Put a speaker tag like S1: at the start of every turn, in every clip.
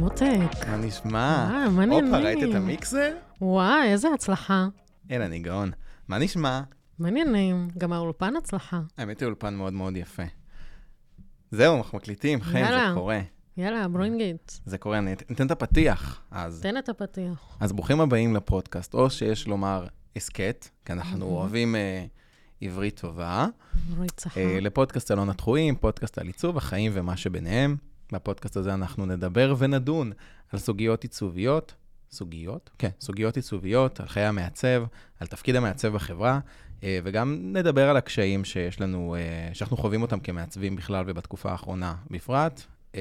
S1: מותק.
S2: מה נשמע?
S1: אה, מה
S2: הופה,
S1: נהנים?
S2: ראית את המיקסר?
S1: וואי, איזה הצלחה.
S2: אין, אני גאון. מה נשמע?
S1: מעניינים, גם האולפן הצלחה.
S2: האמת היא אולפן מאוד מאוד יפה. זהו, אנחנו מקליטים, חן,
S1: יאללה.
S2: זה קורה.
S1: יאללה, ברינגייט,
S2: זה קורה, אני את- ניתן את הפתיח אז.
S1: תן את הפתיח.
S2: אז ברוכים הבאים לפודקאסט, או שיש לומר הסכת, כי אנחנו
S1: מהמם.
S2: אוהבים אה, עברית טובה.
S1: רצחה.
S2: אה, לפודקאסט אלון התחויים, פודקאסט על עיצוב, החיים ומה שביניהם. בפודקאסט הזה אנחנו נדבר ונדון על סוגיות עיצוביות, סוגיות? כן, סוגיות עיצוביות, על חיי המעצב, על תפקיד המעצב בחברה, אה, וגם נדבר על הקשיים שיש לנו, אה, שאנחנו חווים אותם כמעצבים בכלל ובתקופה האחרונה בפרט. אה,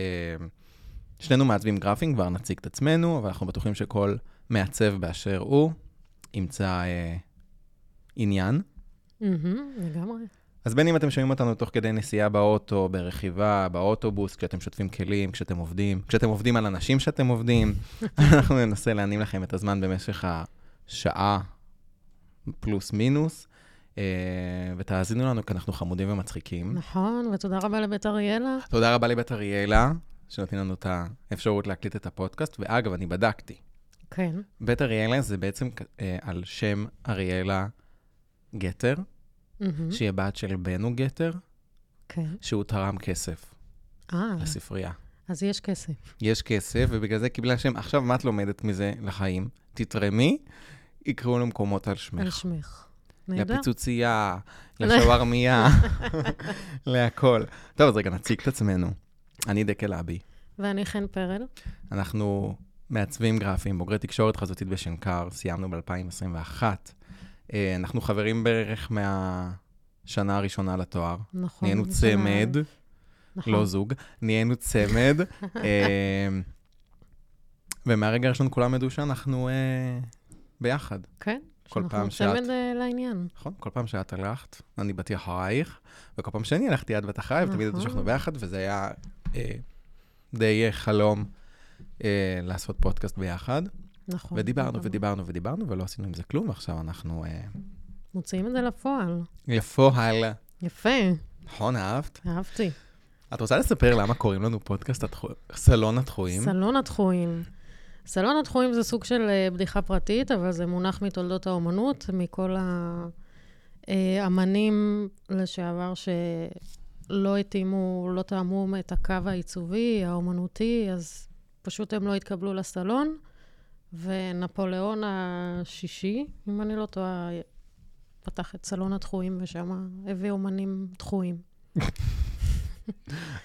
S2: שנינו מעצבים גרפיים, כבר נציג את עצמנו, אבל אנחנו בטוחים שכל מעצב באשר הוא ימצא אה, עניין.
S1: מהמם, לגמרי.
S2: אז בין אם אתם שומעים אותנו תוך כדי נסיעה באוטו, ברכיבה, באוטובוס, כשאתם שוטפים כלים, כשאתם עובדים, כשאתם עובדים על אנשים שאתם עובדים, אנחנו ננסה להנים לכם את הזמן במשך השעה פלוס מינוס, אה, ותאזינו לנו כי אנחנו חמודים ומצחיקים.
S1: נכון, ותודה רבה לבית אריאלה.
S2: תודה רבה לבית אריאלה, שנותנים לנו את האפשרות להקליט את הפודקאסט, ואגב, אני בדקתי.
S1: כן.
S2: בית אריאלה זה בעצם אה, על שם אריאלה גטר,
S1: מהמם,
S2: שהיא הבת של בנו גטר,
S1: כן.
S2: שהוא תרם כסף.
S1: אה,
S2: לספרייה.
S1: אז יש כסף.
S2: יש כסף, ובגלל זה קיבלה שם, עכשיו מה את לומדת מזה לחיים? תתרמי, יקראו לו מקומות על
S1: על
S2: שמך.
S1: שמך. נהדר.
S2: לפיצוצייה, לשווארמיה, להכל. טוב, אז רגע, נציג את עצמנו. אני דקל אבי.
S1: ואני חן פרל.
S2: אנחנו מעצבים גרפיים, בוגרי תקשורת חזותית בשנקר, סיימנו ב-2021. אה, אנחנו חברים בערך מהשנה הראשונה לתואר.
S1: נכון.
S2: נהיינו
S1: זה
S2: צמד.
S1: ה- נכון.
S2: לא זוג, נהיינו צמד. אמ, ומהרגע הראשון כולם ידעו שאנחנו אה, ביחד,
S1: כן.
S2: כל
S1: אנחנו
S2: פעם שאת-
S1: צמד אה, לעניין.
S2: נכון? כל פעם שאת הלכת, אני באתי אחרייך, וכל פעם שאני הלכתי, את באת אחריי, ותמיד ידעו
S1: נכון.
S2: שאנחנו ביחד, וזה היה אה, די אה, חלום אה, לעשות פודקאסט ביחד.
S1: נכון.
S2: ודיברנו
S1: לגמרי.
S2: ודיברנו ודיברנו, ולא עשינו עם זה כלום, ועכשיו אנחנו אה,
S1: מוציאים את זה לפועל.
S2: לפועל.
S1: יפה,
S2: נכון, אהבת?
S1: אהבתי.
S2: את רוצה לספר למה קוראים לנו פודקאסט התחו- סלון התחויים?
S1: סלון התחויים. סלון התחויים זה סוג של אה, בדיחה פרטית, אבל זה מונח מתולדות האומנות, מכל האמנים לשעבר שלא התאימו, לא תאמו את הקו העיצובי, האומנותי, אז פשוט הם לא התקבלו לסלון. ונפוליאון השישי, אם אני לא טועה, פתח את סלון התחויים ושם הביא אומנים תחויים.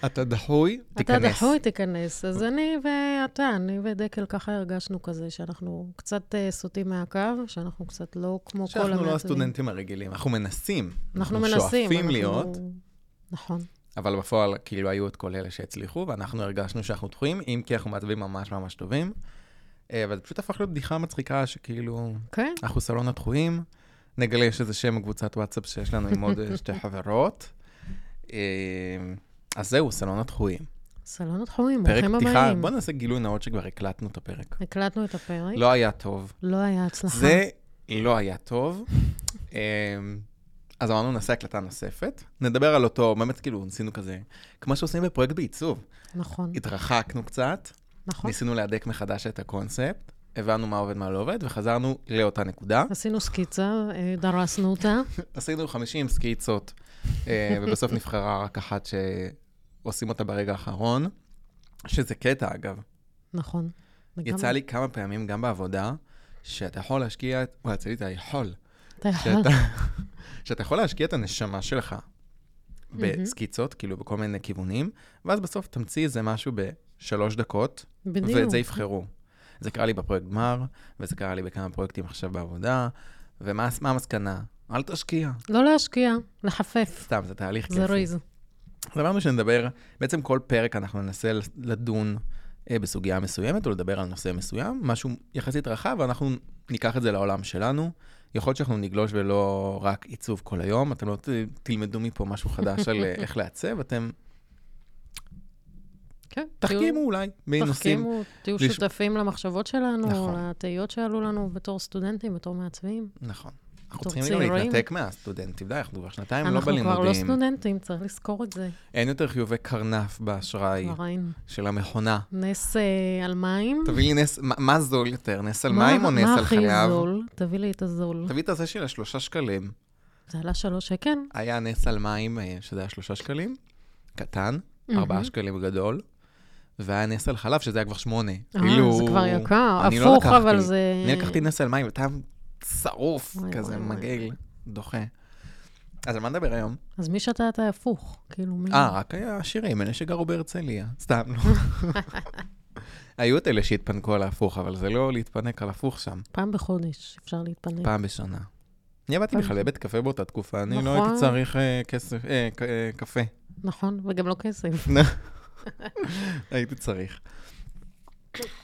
S2: אתה דחוי,
S1: אתה
S2: תיכנס.
S1: דחוי, תיכנס. אז אני ואתה, אני ודקל, ככה הרגשנו כזה, שאנחנו קצת אה, סוטים מהקו, שאנחנו קצת לא כמו כל
S2: שאנחנו לא
S1: המעצבים.
S2: הסטודנטים הרגילים, אנחנו מנסים.
S1: אנחנו מנסים.
S2: שואפים
S1: אנחנו-
S2: להיות,
S1: נכון,
S2: אבל בפועל כאילו היו את כל אלה שהצליחו, ואנחנו הרגשנו שאנחנו דחויים, אם כי אנחנו מעצבים ממש ממש טובים. אה, אבל זה פשוט הפך להיות בדיחה מצחיקה, שכאילו,
S1: כן.
S2: אנחנו סלון הדחויים, נגלה שזה שם קבוצת וואטסאפ שיש לנו עם עוד אה, שתי חברות. אה, אז זהו, סלון הדחויים.
S1: סלון התחומים,
S2: פרק
S1: ברוכים
S2: פתיחה,
S1: הבאים. אוקיי.
S2: בוא נעשה גילוי נאות שכבר הקלטנו את הפרק.
S1: הקלטנו את הפרק,
S2: לא היה טוב.
S1: לא היה הצלחה.
S2: זה לא היה טוב. אמ, אז אמרנו, נעשה הקלטה נוספת. נדבר על אותו, באמת כאילו, ניסינו כזה, כמו שעושים בפרויקט בעיצוב.
S1: נכון,
S2: התרחקנו קצת,
S1: נכון.
S2: ניסינו להדק מחדש את הקונספט, הבנו מה עובד, מה לא עובד, וחזרנו לאותה נקודה.
S1: עשינו סקיצה, אה, דרסנו אותה.
S2: עשינו 50 סקיצות, אה, ובסוף נבחרה רק אחת שעושים אותה ברגע האחרון, שזה קטע, אגב.
S1: נכון.
S2: יצא
S1: לגמרי.
S2: לי כמה פעמים, גם בעבודה, שאתה יכול להשקיע, וואי, יצא לי את היכול.
S1: אתה יכול.
S2: שאתה, שאתה יכול להשקיע את הנשמה שלך בסקיצות, כאילו בכל מיני כיוונים, ואז בסוף תמציא איזה משהו בשלוש דקות,
S1: בדיוק.
S2: ואת זה יבחרו. זה קרה לי בפרויקט גמר, וזה קרה לי בכמה פרויקטים עכשיו בעבודה, ומה הס- מה המסקנה? אל תשקיע.
S1: לא להשקיע, לחפף.
S2: סתם, זה תהליך
S1: זה
S2: כיפי.
S1: ריז.
S2: אז אמרנו שנדבר, בעצם כל פרק אנחנו ננסה לדון אה, בסוגיה מסוימת, או לדבר על נושא מסוים, משהו יחסית רחב, ואנחנו ניקח את זה לעולם שלנו. יכול להיות שאנחנו נגלוש ולא רק עיצוב כל היום, אתם לא ת, תלמדו מפה משהו חדש על אה, איך לעצב, אתם
S1: כן.
S2: תחכימו אולי בנושאים.
S1: תחכימו, תהיו
S2: לש-
S1: שותפים למחשבות שלנו,
S2: נכון.
S1: לתהיות שעלו לנו בתור סטודנטים, בתור מעצבים.
S2: נכון. אנחנו
S1: בתור
S2: צריכים גם
S1: צעירים.
S2: להתנתק מהסטודנטים, די, אנחנו כבר שנתיים לא
S1: אנחנו
S2: בלימודים.
S1: כבר לא סטודנטים, צריך לזכור את זה.
S2: אין יותר חיובי קרנף באשראי
S1: כבר אין.
S2: של המכונה.
S1: נס אה, על מים.
S2: תביא לי נס, מה- מה זול יותר, נס על
S1: מה-
S2: מים או נס על חלב?
S1: מה הכי זול? תביא לי את הזול.
S2: תביא את הזה של השלושה שקלים.
S1: זה עלה שלוש שקל?
S2: היה נס על מים, אה, שזה היה שלושה שקלים, קטן,
S1: מהמם.
S2: ארבעה שקלים גדול, והיה נס על חלב, שזה היה כבר שמונה.
S1: אה,
S2: כאילו,
S1: זה כבר יקר.
S2: אני לא
S1: הפוך, אבל
S2: לקחתי.
S1: זה...
S2: אני לקחתי נס על מים, וטעם שרוף,
S1: וואי,
S2: כזה
S1: וואי, וואי.
S2: מגעיל, דוחה. אז על מה נדבר היום?
S1: אז מי שתה את ההפוך? כאילו, מי...
S2: אה, רק היה עשירים, אלה שגרו בהרצליה. סתם, לא. היו את אלה שהתפנקו על ההפוך, אבל זה לא להתפנק על הפוך שם,
S1: פעם בחודש אפשר להתפנק.
S2: פעם בשנה. אני עבדתי
S1: אה. פעם
S2: בכלל בבית קפה באותה תקופה, אני לא
S1: נכון.
S2: הייתי צריך אה, כסף, אה, ק- אה, קפה.
S1: נכון, וגם לא כסף.
S2: הייתי צריך.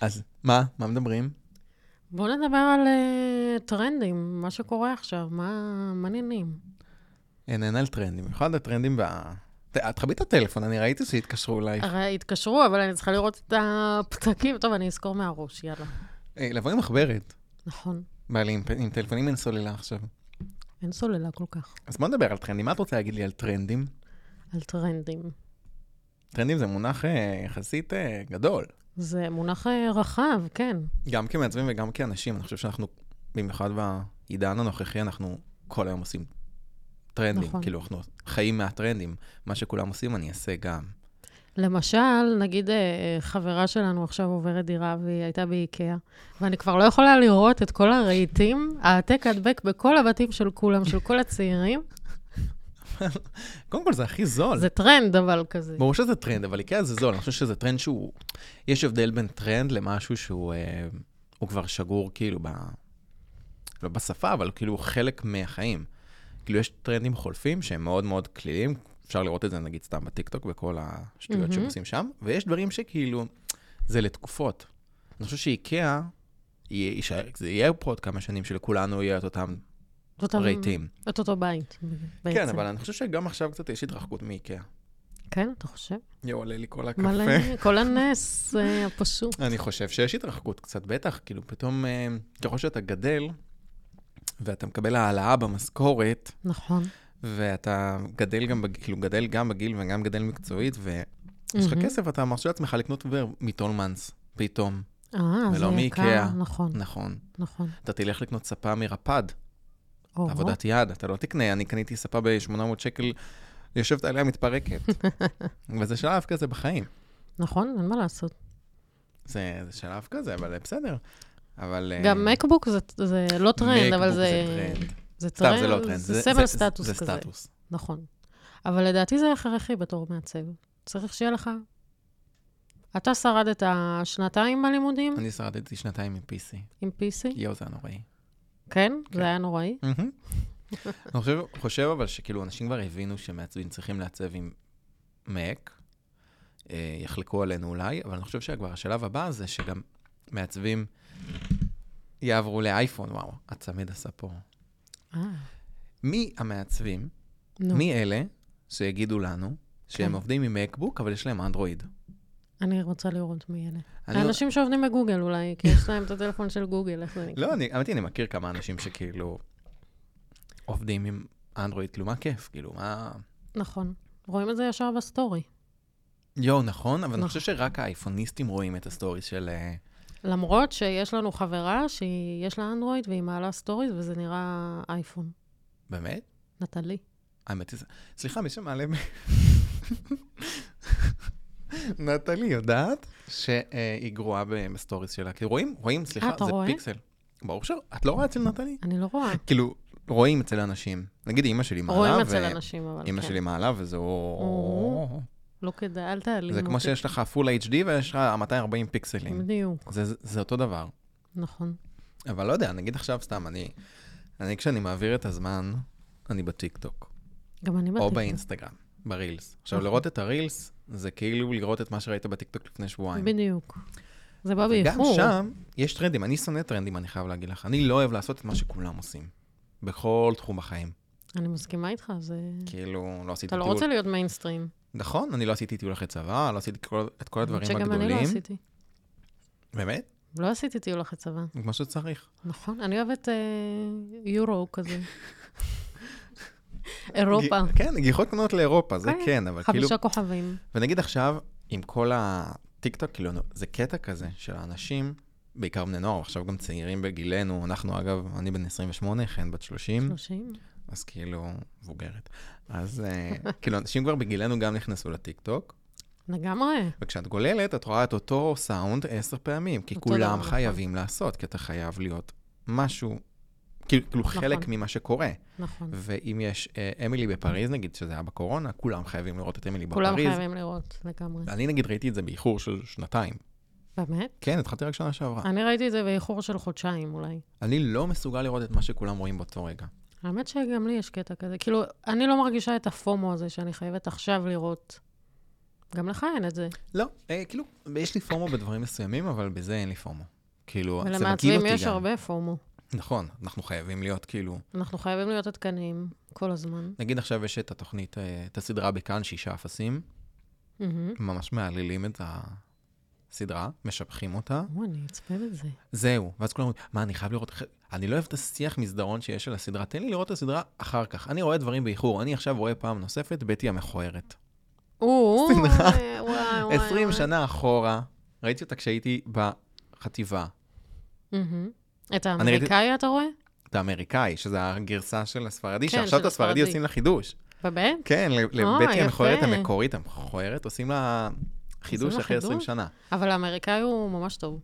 S2: אז מה? מה מדברים?
S1: בואו נדבר על אה, טרנדים, מה שקורה עכשיו, מה מה העניינים?
S2: אין, אין על טרנדים, במיוחד הטרנדים ב... ת- את תכבי את הטלפון, אני ראיתי שהתקשרו אלייך.
S1: הרי התקשרו, אבל אני צריכה לראות את הפתקים. טוב, אני אזכור מהראש, יאללה.
S2: אה, לבוא עם מחברת,
S1: נכון,
S2: בעלי, עם פ- עם טלפונים אין סוללה עכשיו.
S1: אין סוללה כל כך.
S2: אז בוא נדבר על טרנדים. מה את רוצה להגיד לי על טרנדים?
S1: על טרנדים.
S2: טרנדים זה מונח אה, יחסית אה, גדול.
S1: זה מונח אה, רחב, כן.
S2: גם כמעצבים וגם כאנשים, אני חושב שאנחנו, במיוחד בעידן הנוכחי, אנחנו כל היום עושים טרנדים.
S1: נכון.
S2: כאילו, אנחנו חיים מהטרנדים. מה שכולם עושים, אני אעשה גם.
S1: למשל, נגיד אה, אה, חברה שלנו עכשיו עוברת דירה והיא הייתה באיקאה, ואני כבר לא יכולה לראות את כל הרהיטים, העתק הדבק בכל הבתים של כולם, של כל הצעירים.
S2: קודם כל, זה הכי זול.
S1: זה טרנד, אבל כזה.
S2: ברור שזה טרנד, אבל איקאה זה זול, אני חושב שזה טרנד שהוא... יש הבדל בין טרנד למשהו שהוא אה, הוא כבר שגור כאילו ב... לא בשפה, אבל כאילו הוא חלק מהחיים. כאילו יש טרנדים חולפים שהם מאוד מאוד כליליים, אפשר לראות את זה נגיד סתם בטיקטוק וכל השטויות
S1: מהמם.
S2: שהם עושים שם, ויש דברים שכאילו, זה לתקופות. אני חושב שאיקאה, יהיה- יישאר- זה יהיה פה עוד כמה שנים שלכולנו יהיה את אותם
S1: אותם-
S2: רהיטים.
S1: את אותו בית, בעצם.
S2: כן, אבל אני חושב שגם עכשיו קצת יש התרחקות מאיקאה.
S1: כן, אתה חושב?
S2: יואו, עולה לי כל הקפה.
S1: מלא, כל הנס אה, הפשוט.
S2: אני חושב שיש התרחקות קצת, בטח, כאילו פתאום, אה, ככל שאתה גדל, ואתה מקבל העלאה במשכורת,
S1: נכון.
S2: ואתה גדל גם, בג- כאילו גדל גם בגיל וגם גדל מקצועית, ויש לך
S1: מהמם.
S2: כסף, אתה מרשה לעצמך לקנות עובר מטולמנס, פתאום.
S1: אה, זה
S2: ולא
S1: יקר.
S2: מאיקאה.
S1: נכון,
S2: נכון.
S1: נכון.
S2: אתה תלך לקנות ספה מרפד,
S1: או,
S2: עבודת יד, אתה לא תקנה, אני קניתי ספה ב-800 שקל, יושבת עליה מתפרקת. וזה שלב כזה בחיים.
S1: נכון, אין מה לעשות.
S2: אה, זה, זה שלב כזה, אבל בסדר. אבל... אה,
S1: גם מקבוק זה- זה לא טרנד, אבל
S2: מקבוק
S1: זה...
S2: טרנד.
S1: זה
S2: סתם,
S1: טרנד,
S2: זה לא טרנד.
S1: זה סמל סטטוס
S2: זה
S1: כזה.
S2: סטטוס.
S1: נכון. אבל לדעתי זה הכרחי בתור מעצב. צריך שיהיה לך... אתה שרדת שנתיים בלימודים
S2: אני שרדתי שנתיים מ-PC.
S1: עם PC,
S2: יואו, זה היה נוראי.
S1: כן?
S2: כן.
S1: זה היה נוראי.
S2: אני חושב, חושב אבל שכאילו אנשים כבר הבינו שמעצבים צריכים לעצב עם Mac, אה, יחלקו עלינו אולי, אבל אני חושב שכבר השלב הבא זה שגם מעצבים יעברו לאייפון, וואו, הצמד עשה פה.
S1: אה,
S2: מי המעצבים,
S1: נו.
S2: מי אלה שיגידו לנו שהם
S1: כן.
S2: עובדים עם מקבוק, אבל יש להם אנדרואיד?
S1: אני רוצה לראות מי אלה.
S2: אני- לא-
S1: האנשים שעובדים בגוגל אולי, כי יש להם את הטלפון של גוגל, איך זה נקרא?
S2: לא, אני, האמת היא, אני מכיר כמה אנשים שכאילו עובדים עם אנדרואיד, כאילו, מה כיף? כאילו, מה...
S1: נכון. רואים את זה ישר בסטורי.
S2: יואו, נכון, אבל אני
S1: נכון.
S2: חושב שרק האייפוניסטים רואים את הסטורי של... אה,
S1: למרות שיש לנו חברה שיש לה אנדרואיד והיא מעלה סטוריז וזה נראה אייפון.
S2: באמת?
S1: נטלי.
S2: האמת היא... זה- סליחה, מי שמעלה... מ- נטלי יודעת שהיא גרועה ב- בסטוריס שלה. כי רואים, רואים, סליחה,
S1: אה, אתה
S2: זה
S1: רואה?
S2: פיקסל. ברור ש... את לא רואה אצל נטלי?
S1: אני לא רואה.
S2: כאילו, רואים אצל אנשים. נגיד, אימא שלי מעלה,
S1: רואים
S2: ו-
S1: אצל אנשים, אבל
S2: אימא
S1: כן.
S2: שלי מעלה, וזה...
S1: או. לא כדאי, אל תעלים
S2: זה כמו
S1: אותי.
S2: שיש לך full HD ויש לך 240 פיקסלים.
S1: בדיוק,
S2: זה, זה- זה אותו דבר.
S1: נכון.
S2: אבל לא יודע, נגיד עכשיו סתם, אני, אני כשאני מעביר את הזמן, אני בטיקטוק,
S1: גם אני
S2: או
S1: בטיקטוק.
S2: באינסטגרם, ברילס. עכשיו,
S1: נכון.
S2: לראות את הרילס, זה כאילו לראות את מה שראית בטיקטוק לפני שבועיים.
S1: בדיוק. זה בא
S2: וגם
S1: באיחור.
S2: שם יש טרנדים, אני שונא טרנדים, אני חייב להגיד לך. אני לא אוהב לעשות את מה שכולם עושים. בכל תחום בחיים.
S1: אני מסכימה איתך, זה...
S2: כאילו, לא עשיתי
S1: Mm. אתה לא
S2: טיול.
S1: רוצה להיות מיינסטרים.
S2: נכון, אני לא עשיתי טיול אחרי צבא, לא עשיתי כל- את כל הדברים
S1: שגם אני לא
S2: הגדולים.
S1: עשיתי.
S2: באמת?
S1: לא עשיתי טיול אחרי צבא.
S2: כמו שצריך.
S1: נכון, אני אוהבת אה, יורו כזה. אירופה.
S2: גי- כן, גיחות קטנות לאירופה, זה
S1: כן,
S2: כן, אבל כאילו...
S1: חמישה כוכבים.
S2: ונגיד עכשיו, עם כל הטיקטוק, כאילו, זה קטע כזה של האנשים, בעיקר בני נוער, עכשיו גם צעירים בגילנו, אנחנו אגב, אני בן 28, חן בת 30,
S1: 30.
S2: אז כאילו, מבוגרת. אז אה, כאילו, אנשים כבר בגילנו גם נכנסו לטיקטוק,
S1: לגמרי.
S2: וכשאת גוללת, את רואה את אותו סאונד עשר פעמים, כי
S1: אותו דבר,
S2: כולם
S1: נכון.
S2: חייבים לעשות, כי אתה חייב להיות משהו, כאילו, כאילו חלק ממה שקורה.
S1: נכון.
S2: ואם יש אה, אמילי בפריז, נגיד, שזה היה בקורונה, כולם חייבים לראות את אמילי
S1: כולם
S2: בפריז. אה.
S1: חייבים לראות לגמרי.
S2: אני נגיד ראיתי את זה באיחור של שנתיים.
S1: באמת?
S2: כן, התחלתי רק שנה שעברה.
S1: אני ראיתי את זה באיחור של חודשיים אולי.
S2: אני לא מסוגל לראות את מה שכולם רואים באותו רגע.
S1: האמת שגם לי יש קטע כזה. כאילו, אני לא מרגישה את הפומו הזה שאני חייבת עכשיו לראות. גם לך אין את זה.
S2: לא, אה, כאילו, יש לי פומו בדברים מסוימים, אבל בזה אין לי פומו. כאילו, זה מגעיל
S1: ולמעצבים
S2: אותי
S1: יש
S2: גם.
S1: הרבה פומו.
S2: נכון, אנחנו חייבים להיות כאילו...
S1: אנחנו חייבים להיות עדכניים כל הזמן.
S2: נגיד עכשיו יש את התוכנית, אה, את הסדרה בכאן, שישה אפסים,
S1: מהמם.
S2: ממש מעלילים את הסדרה, משבחים אותה,
S1: או, אני אצפה בזה.
S2: זהו. ואז כולם אומרים, מה, אני חייב לראות... אחרי-" אני לא אוהב את השיח מסדרון שיש על הסדרה, תן לי לראות את הסדרה אחר כך. אני רואה דברים באיחור, אני עכשיו רואה פעם נוספת ביתי המכוערת.
S1: או,
S2: סליחה.
S1: וואי, וואי, וואי.
S2: 20 שנה אחורה, ראיתי אותה כשהייתי בחטיבה,
S1: מהמם. Mm-hmm. את
S2: ראיתי-
S1: האמריקאי אתה רואה?
S2: את האמריקאי, שזו הגרסה של הספרדי,
S1: כן,
S2: שעכשיו
S1: של
S2: את הספרדי
S1: הספרדי.
S2: עושים לה חידוש.
S1: באמת?
S2: כן, ל- לבטי
S1: יפה.
S2: המכוערת המקורית, המכוערת, עושים לה חידוש
S1: לה
S2: אחרי 20
S1: חידוש?
S2: שנה.
S1: אבל האמריקאי הוא ממש טוב. הוא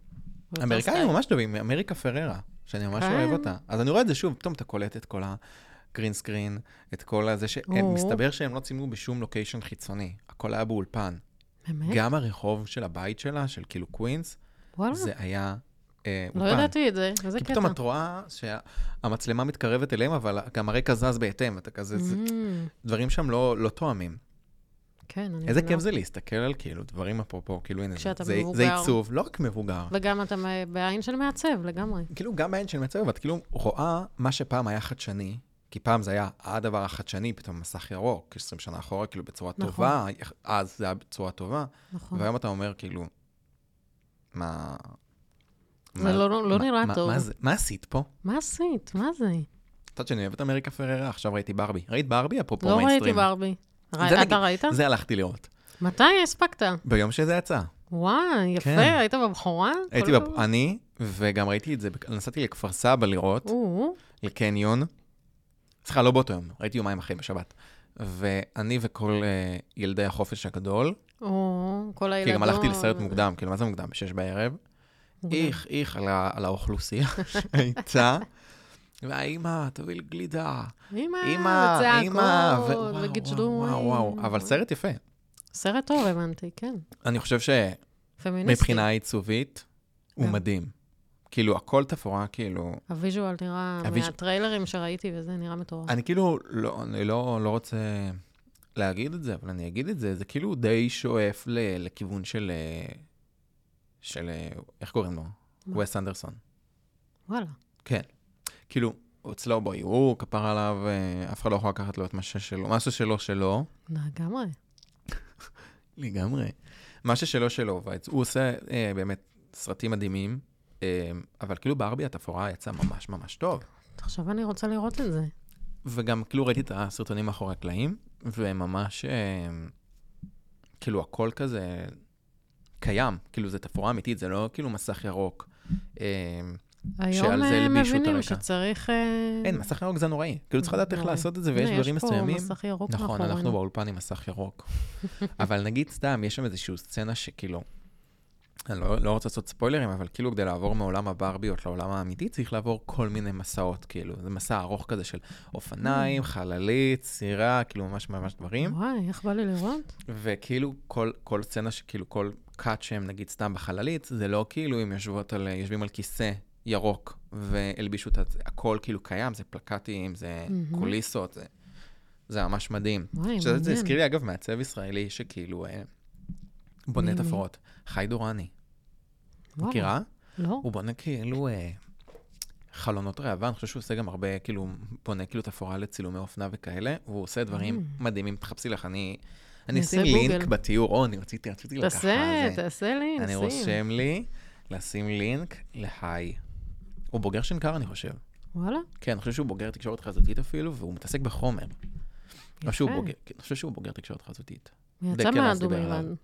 S1: יותר
S2: האמריקאים
S1: סטייל.
S2: ממש טובים, אמריקה פררה, שאני ממש
S1: כן.
S2: אוהב אותה. אז אני רואה את זה שוב, פתאום אתה קולט את כל הגרין סקרין, את כל הזה
S1: או.
S2: שמסתבר שהם לא צילמו בשום לוקיישן חיצוני, הכל היה באולפן.
S1: באמת?
S2: גם הרחוב של הבית שלה, של כאילו קווינס,
S1: וואלה,
S2: זה היה אה,
S1: לא
S2: אולפן.
S1: ידעתי את זה. איזה
S2: כי
S1: קטע.
S2: פתאום את רואה שהמצלמה מתקרבת אליהם, אבל גם הרקע זז בהתאם, אתה כזה, זה-
S1: מהמם.
S2: דברים שם לא לא תואמים.
S1: כן, אני מבינה.
S2: איזה כיף זה להסתכל על כאילו דברים אפרופו, כאילו הנה,
S1: כשאתה
S2: זה- זה
S1: מבוגר.
S2: עיצוב, לא רק מבוגר.
S1: וגם אתה מ- בעין של מעצב, לגמרי.
S2: כאילו גם בעין של מעצב, את כאילו רואה מה שפעם היה חדשני, כי פעם זה היה הדבר החדשני, פתאום מסך ירוק, 20 שנה אחורה, כאילו בצורה
S1: נכון.
S2: טובה, אז זה היה בצורה טובה,
S1: נכון.
S2: והיום אתה אומר כאילו, מה...
S1: זה
S2: מה-
S1: לא- לא
S2: מה-
S1: נראה
S2: מה-
S1: טוב.
S2: מה זה- מה עשית פה?
S1: מה עשית? מה זה?
S2: מצד שני, אוהב את אמריקה פררה, עכשיו ראיתי ברבי. ראית ברבי? אפרופו
S1: לא
S2: מיינסטרים.
S1: ראיתי ברבי.
S2: זה
S1: ראי-
S2: נגיד-
S1: אתה ראית?
S2: זה הלכתי לראות.
S1: מתי הספקת?
S2: ביום שזה יצא.
S1: וואי,
S2: כן.
S1: יפה, היית בבכורה?
S2: הייתי,
S1: כל
S2: בפ-
S1: הכבוד.
S2: אני, וגם ראיתי את זה, בק- נסעתי לכפר סבא לראות.
S1: או,
S2: לקניון. סליחה, לא באותו יום, ראיתי יומיים אחרי בשבת. ואני וכל אה, ילדי החופש הגדול,
S1: או, כל
S2: כי
S1: הילדות.
S2: גם כן, הלכתי לסרט מוקדם, כאילו, מה זה מוקדם? בשש בערב.
S1: מוקדם.
S2: איך, איך על, ה- על האוכלוסייה שהייתה. והאימא, תביא לי גלידה. אה,
S1: אמא,
S2: אימא, אימא. ו-
S1: צעקות,
S2: וואו,
S1: וגדשדורים.
S2: וואו, וואו, אבל סרט יפה.
S1: סרט טוב, הבנתי, כן.
S2: אני אה. חושב
S1: פמיניסטי.
S2: שמבחינה עיצובית, הוא
S1: גם.
S2: מדהים. כאילו, הכל תפאורה, כאילו...
S1: הוויז'ואל נראה,
S2: הוויז'-
S1: מהטריילרים שראיתי וזה, נראה מטורף.
S2: אני כאילו לא, אני לא, לא רוצה להגיד את זה, אבל אני אגיד את זה, זה כאילו די שואף ל, לכיוון של, אה, של, אה, איך קוראים לו?
S1: מה?
S2: וס אנדרסון.
S1: וואלה.
S2: כן. כאילו, אצלו בו יראו, כפר עליו, אה, אף אחד לא יכול לקחת לו את מה ששלו, מה ששלו שלו.
S1: לגמרי.
S2: לגמרי. מה ששלו שלו, והוא עושה אה, באמת סרטים מדהימים, אה, אבל כאילו בארבי התפאורה יצאה ממש ממש טוב.
S1: עכשיו אני רוצה לראות את זה.
S2: וגם כאילו ראיתי את הסרטונים מאחורי הקלעים, וממש, אה, כאילו הכל כזה קיים, כאילו זה תפאורה אמיתית, זה לא כאילו מסך ירוק. אה, שעל
S1: היום
S2: זה
S1: אה,
S2: הלבישו את הרקע.
S1: מבינים שצריך... אה,
S2: אין, מסך ירוק זה נוראי, כאילו צריך לדעת איך
S1: נוראי.
S2: לעשות את זה, ויש
S1: הנה,
S2: דברים מסוימים.
S1: יש פה מסך ירוק
S2: נכון,
S1: מאחורינו.
S2: אנחנו באולפן עם מסך ירוק. אבל נגיד סתם, יש שם איזושהי סצנה שכאילו, אני לא, לא רוצה לעשות ספוילרים, אבל כאילו כדי לעבור מעולם הברביות לעולם האמיתי, צריך לעבור כל מיני מסעות, כאילו, זה מסע ארוך כזה של אופניים, חללית, סירה, כאילו ממש ממש דברים.
S1: וואי, איך בא לי לראות?
S2: וכאילו כל, כל סצנה, שכאילו כל קאט שהם נגיד סתם בחללית, זה לא כאילו אם יושבות על, יושבים על כיסא ירוק והלבישו את הצ- הכל כאילו קיים, זה פלקטים, זה
S1: מהמם.
S2: קוליסות, זה, זה ממש מדהים.
S1: וואי,
S2: שזה זה
S1: מעניין.
S2: הזכיר לי אגב מעצב ישראלי שכאילו אה, בונה
S1: מי, מי?
S2: תפאורות, חי דורני,
S1: וואלה.
S2: מכירה?
S1: לא.
S2: הוא בונה כאילו אה, חלונות ראווה, אני חושב שהוא עושה גם הרבה, כאילו, בונה כאילו תפאורה לצילומי אופנה וכאלה, והוא עושה דברים מדהימים, תחפשי לך, אני... אני
S1: Mm. אני אעשה
S2: אשים לינק
S1: גוגל.
S2: בתיאור, או, אני רציתי, רציתי לקחת את
S1: תעשה,
S2: זה.
S1: תעשה לי, נשים.
S2: אני רושם לי לשים לינק להי. הוא בוגר שנקר, אני חושב.
S1: וואלה,
S2: כן, אני חושב שהוא בוגר תקשורת חזותית אפילו, והוא מתעסק בחומר. או שהוא בוגר, כן, אני חושב שהוא בוגר תקשורת חזותית.
S1: הוא יצא
S2: דקל אז
S1: מהאדומים,
S2: דיבר עליו.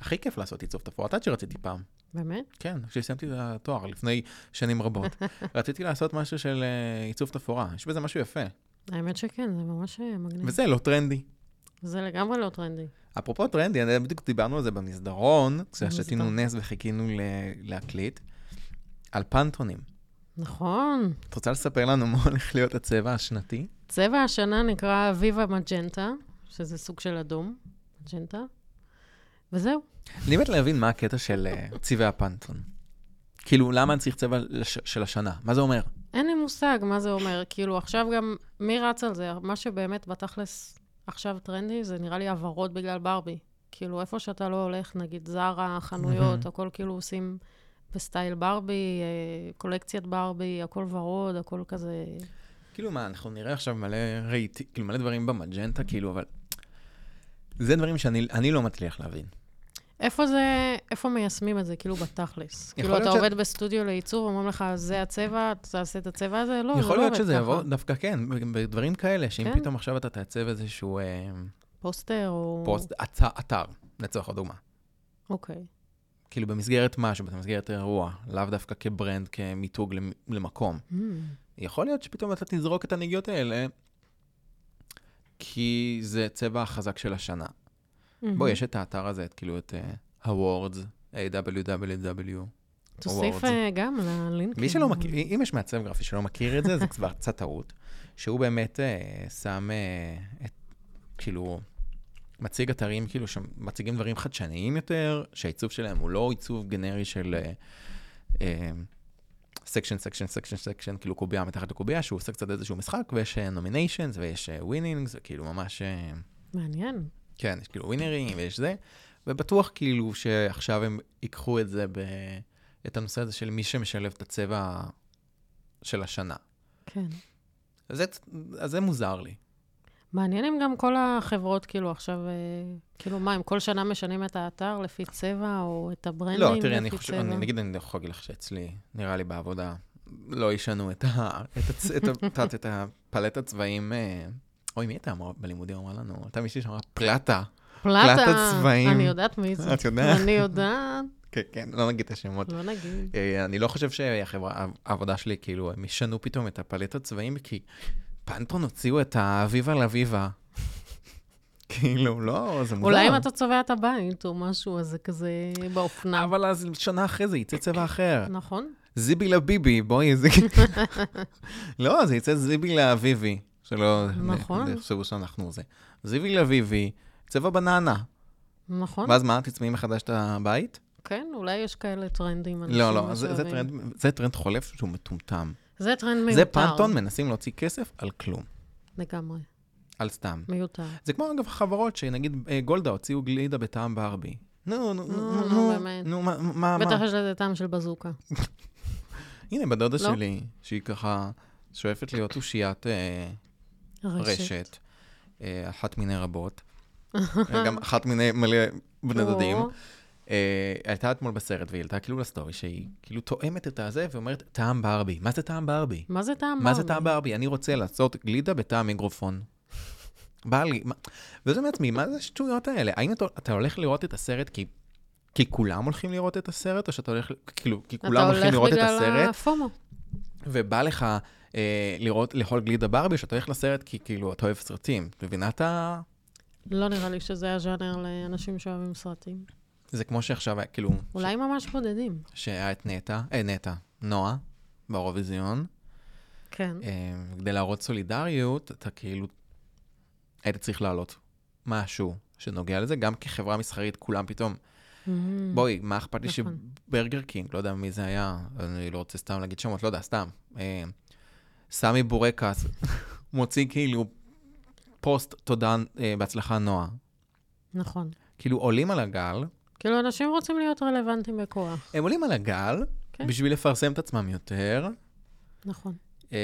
S2: הכי כיף לעשות עיצוב תפאורה, את שרציתי פעם.
S1: באמת?
S2: כן, כשסיימתי את התואר לפני שנים רבות. רציתי לעשות משהו של אה, עיצוב תפאורה, יש בזה משהו יפה.
S1: האמת שכן, זה ממש אה, מגניב.
S2: וזה לא טרנדי.
S1: זה לגמרי לא טרנדי.
S2: אפרופו טרנדי, אני- בדיוק דיברנו על זה במסדרון, כששתינו
S1: במסדרון.
S2: נס וחיכינו ל- להקליט, על פנטונים.
S1: נכון.
S2: את רוצה לספר לנו מה הולך להיות הצבע השנתי?
S1: צבע השנה נקרא אביבה מג'נטה, שזה סוג של אדום, מג'נטה, וזהו.
S2: אני מת להבין מה הקטע של אה, צבעי הפנטון. כאילו, למה אני צריך צבע לש- של השנה? מה זה אומר?
S1: אין לי מושג מה זה אומר. כאילו, עכשיו גם, מי רץ על זה? מה שבאמת בתכלס עכשיו טרנדי, זה נראה לי הוורוד בגלל ברבי. כאילו, איפה שאתה לא הולך, נגיד זרה, חנויות,
S2: מהמם.
S1: הכל כאילו עושים בסטייל ברבי, אה, קולקציית ברבי, הכל ורוד, הכל כזה...
S2: כאילו, מה, אנחנו נראה עכשיו מלא רהיטים, כאילו, מלא דברים במג'נטה, כאילו, אבל... זה דברים שאני אני לא מצליח להבין.
S1: איפה זה, איפה מיישמים את זה, כאילו בתכלס? כאילו,
S2: להיות
S1: אתה
S2: ש-
S1: עובד בסטודיו לייצור, אומרים לך, זה הצבע, תעשה את הצבע הזה? לא, זה לא עובד ככה.
S2: יכול להיות שזה יבוא, דווקא כן, בדברים כאלה, שאם
S1: כן.
S2: פתאום עכשיו אתה תעצב איזשהו אה,
S1: פוסטר או...
S2: פוסט, אתר, אתר, לצורך הדוגמה.
S1: אוקיי.
S2: כאילו, במסגרת משהו, במסגרת אירוע, לאו דווקא כברנד, כמיתוג למ- למקום.
S1: Mm,
S2: יכול להיות שפתאום אתה תזרוק את הנגיעות האלה, כי זה צבע החזק של השנה. בוא,
S1: mhm.
S2: יש את האתר הזה, את כאילו את uh, awards, aww.
S1: תוסיף
S2: awards.
S1: אה, גם ללינקים.
S2: מי שלא מכיר, אם יש מעצב גרפי שלא מכיר את זה, זה כבר קצת טעות, שהוא באמת אה, שם, אה, את, כאילו, מציג אתרים, כאילו, שמציגים דברים חדשניים יותר, שהעיצוב שלהם הוא לא עיצוב גנרי של אה, סקשן, סקשן, סקשן, סקשן, כאילו קובייה מתחת לקובייה, שהוא עושה קצת איזשהו משחק, ויש נומיניישנס, ויש ווינינגס, וכאילו ממש... אה,
S1: מעניין.
S2: כן, יש כאילו ווינרים ויש זה, ובטוח כאילו שעכשיו הם ייקחו את זה, ב... את הנושא הזה של מי שמשלב את הצבע של השנה.
S1: כן.
S2: אז זה, אז זה מוזר לי.
S1: מעניין אם גם כל החברות, כאילו, עכשיו, אה, כאילו, מה, הם כל שנה משנים את האתר לפי צבע, או את הברנדים
S2: לא,
S1: לפי צבע?
S2: תראי, אני חושב, אני, נגיד אני יכול להגיד לך שאצלי, נראה לי בעבודה, לא ישנו את, ה... את, הצ... את, ה... את, יודעת, את הפלט הצבעים. אה, אוי, מי הייתה אמרה בלימודים אמרה לנו? הייתה מישהי שאמרה פלטה. פלט הצבעים.
S1: אני יודעת מי זה.
S2: את יודעת?
S1: אני יודעת,
S2: כן, כן, לא נגיד את השמות.
S1: לא נגיד.
S2: אה, אני לא חושב שהחברה, העבודה שלי, כאילו, הם ישנו פתאום את הפלט הצבעים, כי פנטון הוציאו את האביבה לאביבה. כאילו, לא, זה מוזר.
S1: אולי אם אתה צובע את הבית או משהו, אז זה כזה באופנה.
S2: אבל אז שנה אחרי זה יצא צבע אחר.
S1: נכון?
S2: זיבי לביבי, בואי, זה כאילו... לא, זה יצא זיבי לאביבי. שלא...
S1: נכון.
S2: יחשבו שאנחנו זה. זיבי לאביבי, צבע בננה.
S1: נכון?
S2: ואז מה, תצמאי מחדש את הבית?
S1: כן, אולי יש כאלה טרנדים. אנשים
S2: לא, לא, זה זה
S1: שאוהבים.
S2: טרנד- זה טרנד חולף שהוא מטומטם.
S1: זה טרנד מיותר.
S2: זה פנטון, מנסים להוציא כסף על כלום.
S1: לגמרי,
S2: על סתם.
S1: מיותר.
S2: זה כמו, אגב, חברות שנגיד אה, גולדה הוציאו גלידה בטעם ברבי. נו, נו,
S1: נו, נו,
S2: נו, נו,
S1: באמת.
S2: נו, מה, מה,
S1: בטח
S2: מה?
S1: יש לזה טעם של בזוקה.
S2: הנה, בדודה
S1: לא.
S2: שלי, שהיא ככה שואפת להיות אושיית אה, רשת, אה, אחת מיני רבות, אה, גם אחת מיני מלא בני דודים,
S1: או,
S2: אה, הייתה אתמול בסרט והיא העלתה כאילו לסטורי שהיא כאילו תואמת את הזה ואומרת, טעם ברבי. מה זה טעם ברבי?
S1: מה זה טעם ברבי?
S2: מה זה טעם ברבי? אני רוצה לעשות גלידה בטעם מיקרופון. בא לי, מה- וזה מעצמי, מה זה השטויות האלה? האם אתה, אתה הולך לראות את הסרט כי, כי כולם הולכים לראות את הסרט, או שאתה הולך, כאילו, כי כולם הולכים לראות את
S1: אתה הולך בגלל
S2: הסרט,
S1: הפומו.
S2: ובא לך אה, לראות, לאכול גלידה ברבי, או שאתה הולך לסרט כי כאילו, אתה אוהב סרטים. את מבינה את ה...
S1: לא נראה לי שזה הז'אנר לאנשים שאוהבים סרטים.
S2: זה כמו שעכשיו, היה, כאילו,
S1: אולי ממש בודדים.
S2: שהיה את נטע, אה, נטע, נועה, באירוויזיון,
S1: כן.
S2: אה, כדי להראות סולידריות, אתה כאילו, היית צריך להעלות משהו שנוגע לזה, גם כחברה מסחרית, כולם פתאום,
S1: מהמם.
S2: בואי, מה אכפת לי
S1: Mm. נכון.
S2: שברגר קינג, לא יודע מי זה היה, אני לא רוצה סתם להגיד שמות, לא יודע, סתם. אה, סמי בורקס מוציא כאילו פוסט תודה, אה, בהצלחה נועה.
S1: נכון.
S2: כאילו עולים על הגל,
S1: כאילו, אנשים רוצים להיות רלוונטיים בכוח.
S2: הם עולים על הגל
S1: כן.
S2: בשביל לפרסם את עצמם יותר,
S1: נכון.
S2: אמ,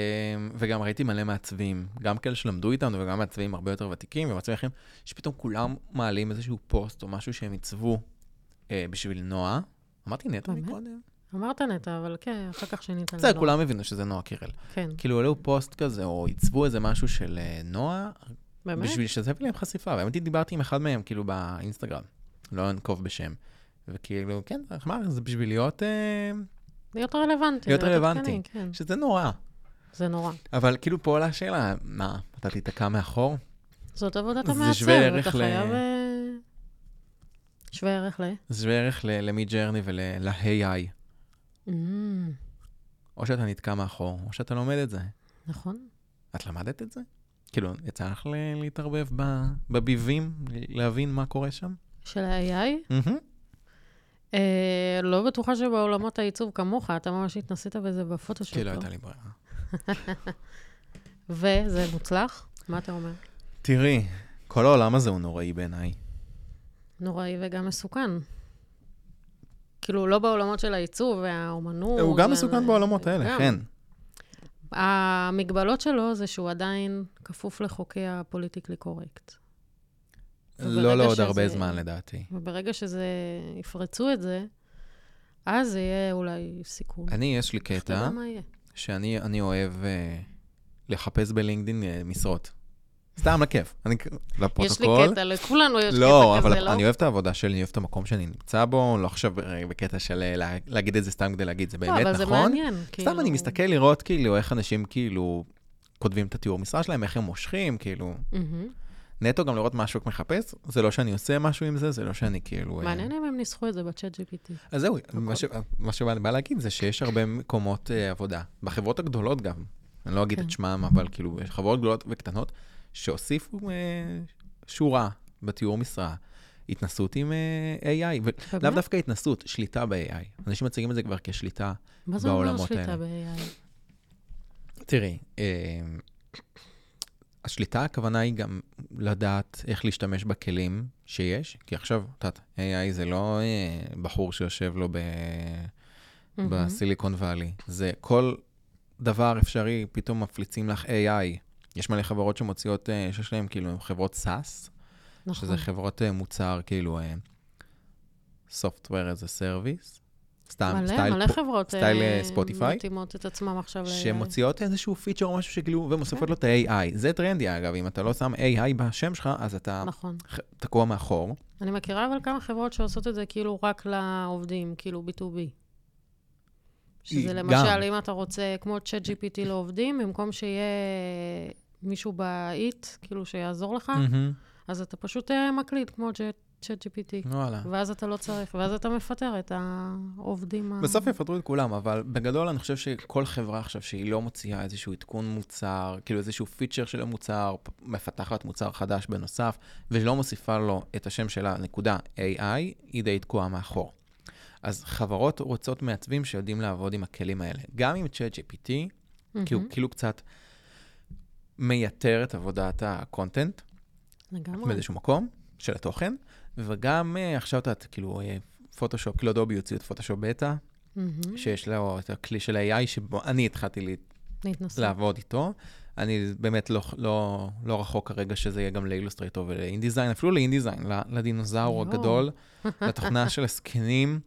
S2: וגם ראיתי מלא מעצבים, גם כאלה שלמדו איתנו וגם מעצבים הרבה יותר ותיקים ומעצבים אחרים, שפתאום כולם מעלים איזשהו פוסט או משהו שהם עיצבו אה, בשביל נועה, אמרתי נטע
S1: באמת?
S2: מקודם?
S1: אמרת נטע, אבל כן, אחר כך שינית
S2: בסדר, כולם הבינו שזה נועה קירל.
S1: כן,
S2: כאילו, העלו פוסט כזה, או עיצבו איזה משהו של אה, נועה,
S1: באמת?
S2: בשביל שזה יביא להם חשיפה. והאמת היא, דיברתי עם אחד מהם, כאילו, באינסטגרם. לא אנקוב בשם. וכאילו, כן, איך אמר, זה בשביל להיות... אה,
S1: להיות רלוונטי.
S2: להיות
S1: עדכני,
S2: רלוונטי.
S1: כן,
S2: שזה נורא.
S1: זה נורא.
S2: אבל כאילו, פה עולה השאלה, מה, אתה תיתקע מאחור?
S1: זאת עבודת
S2: זה
S1: המעצב,
S2: שווה ערך
S1: אתה
S2: ל-
S1: חייב... אה, שווה ערך ל...
S2: זה שווה ערך ל- למי ג'רני ול-AI.
S1: אמ,
S2: או שאתה נתקע מאחור, או שאתה לומד את זה.
S1: נכון.
S2: את למדת את זה? כאילו, יצא לך ל- להתערבב ב- בביבים, להבין מה קורה שם?
S1: של ה-AI?
S2: מהמם.
S1: אה, לא בטוחה שבעולמות העיצוב כמוך, אתה ממש התנסית בזה בפוטושופ.
S2: כי לא
S1: לא?
S2: הייתה לי ברירה.
S1: וזה מוצלח? מה אתה אומר?
S2: תראי, כל העולם הזה הוא נוראי בעיניי.
S1: נוראי וגם מסוכן. כאילו, לא בעולמות של העיצוב והאומנות.
S2: הוא גם
S1: וה-
S2: מסוכן בעולמות האלה,
S1: גם.
S2: כן.
S1: המגבלות שלו זה שהוא עדיין כפוף לחוקי הפוליטיקלי קורקט. וברגע
S2: לא לעוד הרבה
S1: שזה-
S2: זמן לדעתי.
S1: וברגע שזה, יפרצו את זה, אז יהיה אולי סיכון.
S2: אני, יש לי
S1: אתה
S2: קטע
S1: יודע מה יהיה.
S2: שאני אני אוהב אה, לחפש בלינקדאין אה, משרות. סתם, לכיף. אני כ-
S1: יש לי
S2: לפרוטוקול.
S1: קטע, לכולנו יש
S2: לא,
S1: קטע כזה,
S2: אבל
S1: לא?
S2: אני אוהב את העבודה שלי, אני אוהב את המקום שאני נמצא בו, לא עכשיו אה, בקטע של אה, לה- להגיד את זה סתם כדי להגיד, זה
S1: לא,
S2: באמת
S1: אבל זה
S2: נכון.
S1: מעניין. כאילו.
S2: סתם אני מסתכל לראות כאילו איך אנשים כאילו כותבים את התיאור משרה שלהם, איך הם מושכים, כאילו.
S1: מהמם.
S2: נטו גם לראות מה השוק מחפש, זה לא שאני עושה משהו עם זה, זה לא שאני כאילו... אה,
S1: מעניין אם הם ניסחו את זה בצ'אט GPT.
S2: אז זהו, מה ש- מה שאני בא להגיד זה שיש הרבה מקומות אה, עבודה, בחברות הגדולות גם, אני לא אגיד
S1: כן.
S2: את שמם, אבל כאילו, יש חברות גדולות וקטנות, שהוסיפו אה, שורה בתיאור משרה, התנסות עם אה, AI, ולאו
S1: באמת?
S2: דווקא התנסות, שליטה ב-AI. אנשים מציגים את זה כבר כשליטה.
S1: מה זה אומר
S2: בעולמות
S1: שליטה
S2: האלה.
S1: ב-AI?
S2: תראי, אה, השליטה, הכוונה היא גם לדעת איך להשתמש בכלים שיש, כי עכשיו, את יודעת, AI זה לא אה, בחור שיושב לו ב...
S1: מהמם.
S2: בסיליקון וואלי. זה כל דבר אפשרי, פתאום מפליצים לך AI. יש מלא חברות שמוציאות, אה, שיש להן כאילו, הן חברות SaaS,
S1: נכון.
S2: שזה חברות אה, מוצר כאילו אה, Software as a Service, סתם,
S1: מלא,
S2: סטייל
S1: מלא
S2: פו-
S1: חברות אה,
S2: סטייל, אה, ספוטיפיי?
S1: מתאימות את עצמם עכשיו אה, ל-AI.
S2: שמוציאות איזשהו פיצ'ר או משהו שגילו,
S1: כן.
S2: ומוסיפות לו את ה-AI. זה טרנדי, אגב, אם אתה לא שם AI בשם שלך, אז אתה
S1: נכון.
S2: ח- תקוע מאחור.
S1: אני מכירה אבל כמה חברות שעושות את זה כאילו רק לעובדים, כאילו B2B. שזה
S2: גם.
S1: למשל, אם אתה רוצה, כמו צ'אט GPT לעובדים, במקום שיהיה מישהו באיט, כאילו שיעזור לך,
S2: מהמם.
S1: אז אתה פשוט אה, מקליד כמו צ'אט GPT.
S2: וואלה.
S1: ואז אתה לא צריך, ואז אתה מפטר את העובדים. ה-
S2: בסוף יפטרו את כולם, אבל בגדול אני חושב שכל חברה עכשיו שהיא לא מוציאה איזשהו עדכון מוצר, כאילו איזשהו פיצ'ר של המוצר, פ- מפתחת מוצר חדש בנוסף, ולא מוסיפה לו את השם שלה, נקודה, AI, היא די תקועה מאחור. אז חברות רוצות מעצבים שיודעים לעבוד עם הכלים האלה. גם עם ChatGPT,
S1: מהמם,
S2: כי הוא כאילו קצת מייתר את עבודת הקונטנט
S1: לגמרי.
S2: באיזשהו מקום, של התוכן, וגם אה, עכשיו אתה כאילו... אה, פוטושופ, כאילו אדובי הוציאו את פוטושופ בטא,
S1: מהמם,
S2: שיש לו את הכלי של AI, שבו אני התחלתי לי,
S1: להתנסות.
S2: לעבוד איתו. אני באמת לא, לא, לא רחוק כרגע שזה יהיה גם לאילוסטרייטור ולאינדיזיין, אפילו לאינדיזיין, ל- לדינוזאור
S1: יואו.
S2: הגדול, לתוכנה של הזקנים.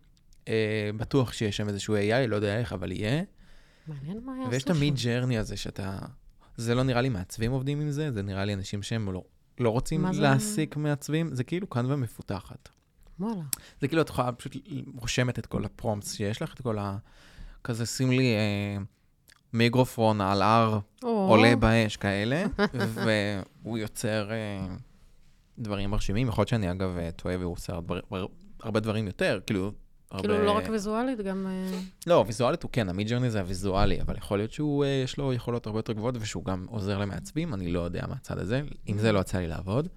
S2: אה, בטוח שיש שם איזשהו AI, לא יודע איך, אבל
S1: אה,
S2: יהיה.
S1: מעניין מה יעשו
S2: ויש את המיד ג'רני הזה שאתה... זה לא נראה לי מעצבים עובדים עם זה, זה נראה לי אנשים שהם לא, לא רוצים
S1: מה זה?
S2: להעסיק מעצבים, זה כאילו קנווה מפותחת.
S1: וואלה.
S2: זה כאילו את יכולה פשוט רושמת את כל הפרומפס שיש לך, את כל ה... כזה שים לי אה, מיקרופון על הר
S1: או,
S2: עולה באש כאלה, והוא יוצר אה, דברים מרשימים. יכול להיות שאני אגב אה, טועה והוא עושה הרבה, הרבה דברים יותר, כאילו... הרבה...
S1: כאילו, לא רק ויזואלית, גם... אה,
S2: לא, ויזואלית הוא כן, המיד ג'רני זה הוויזואלי, אבל יכול להיות שהוא, אה, יש לו יכולות הרבה יותר גבוהות ושהוא גם עוזר למעצבים, אני לא יודע מהצד הזה, עם זה לא יצא לי לעבוד.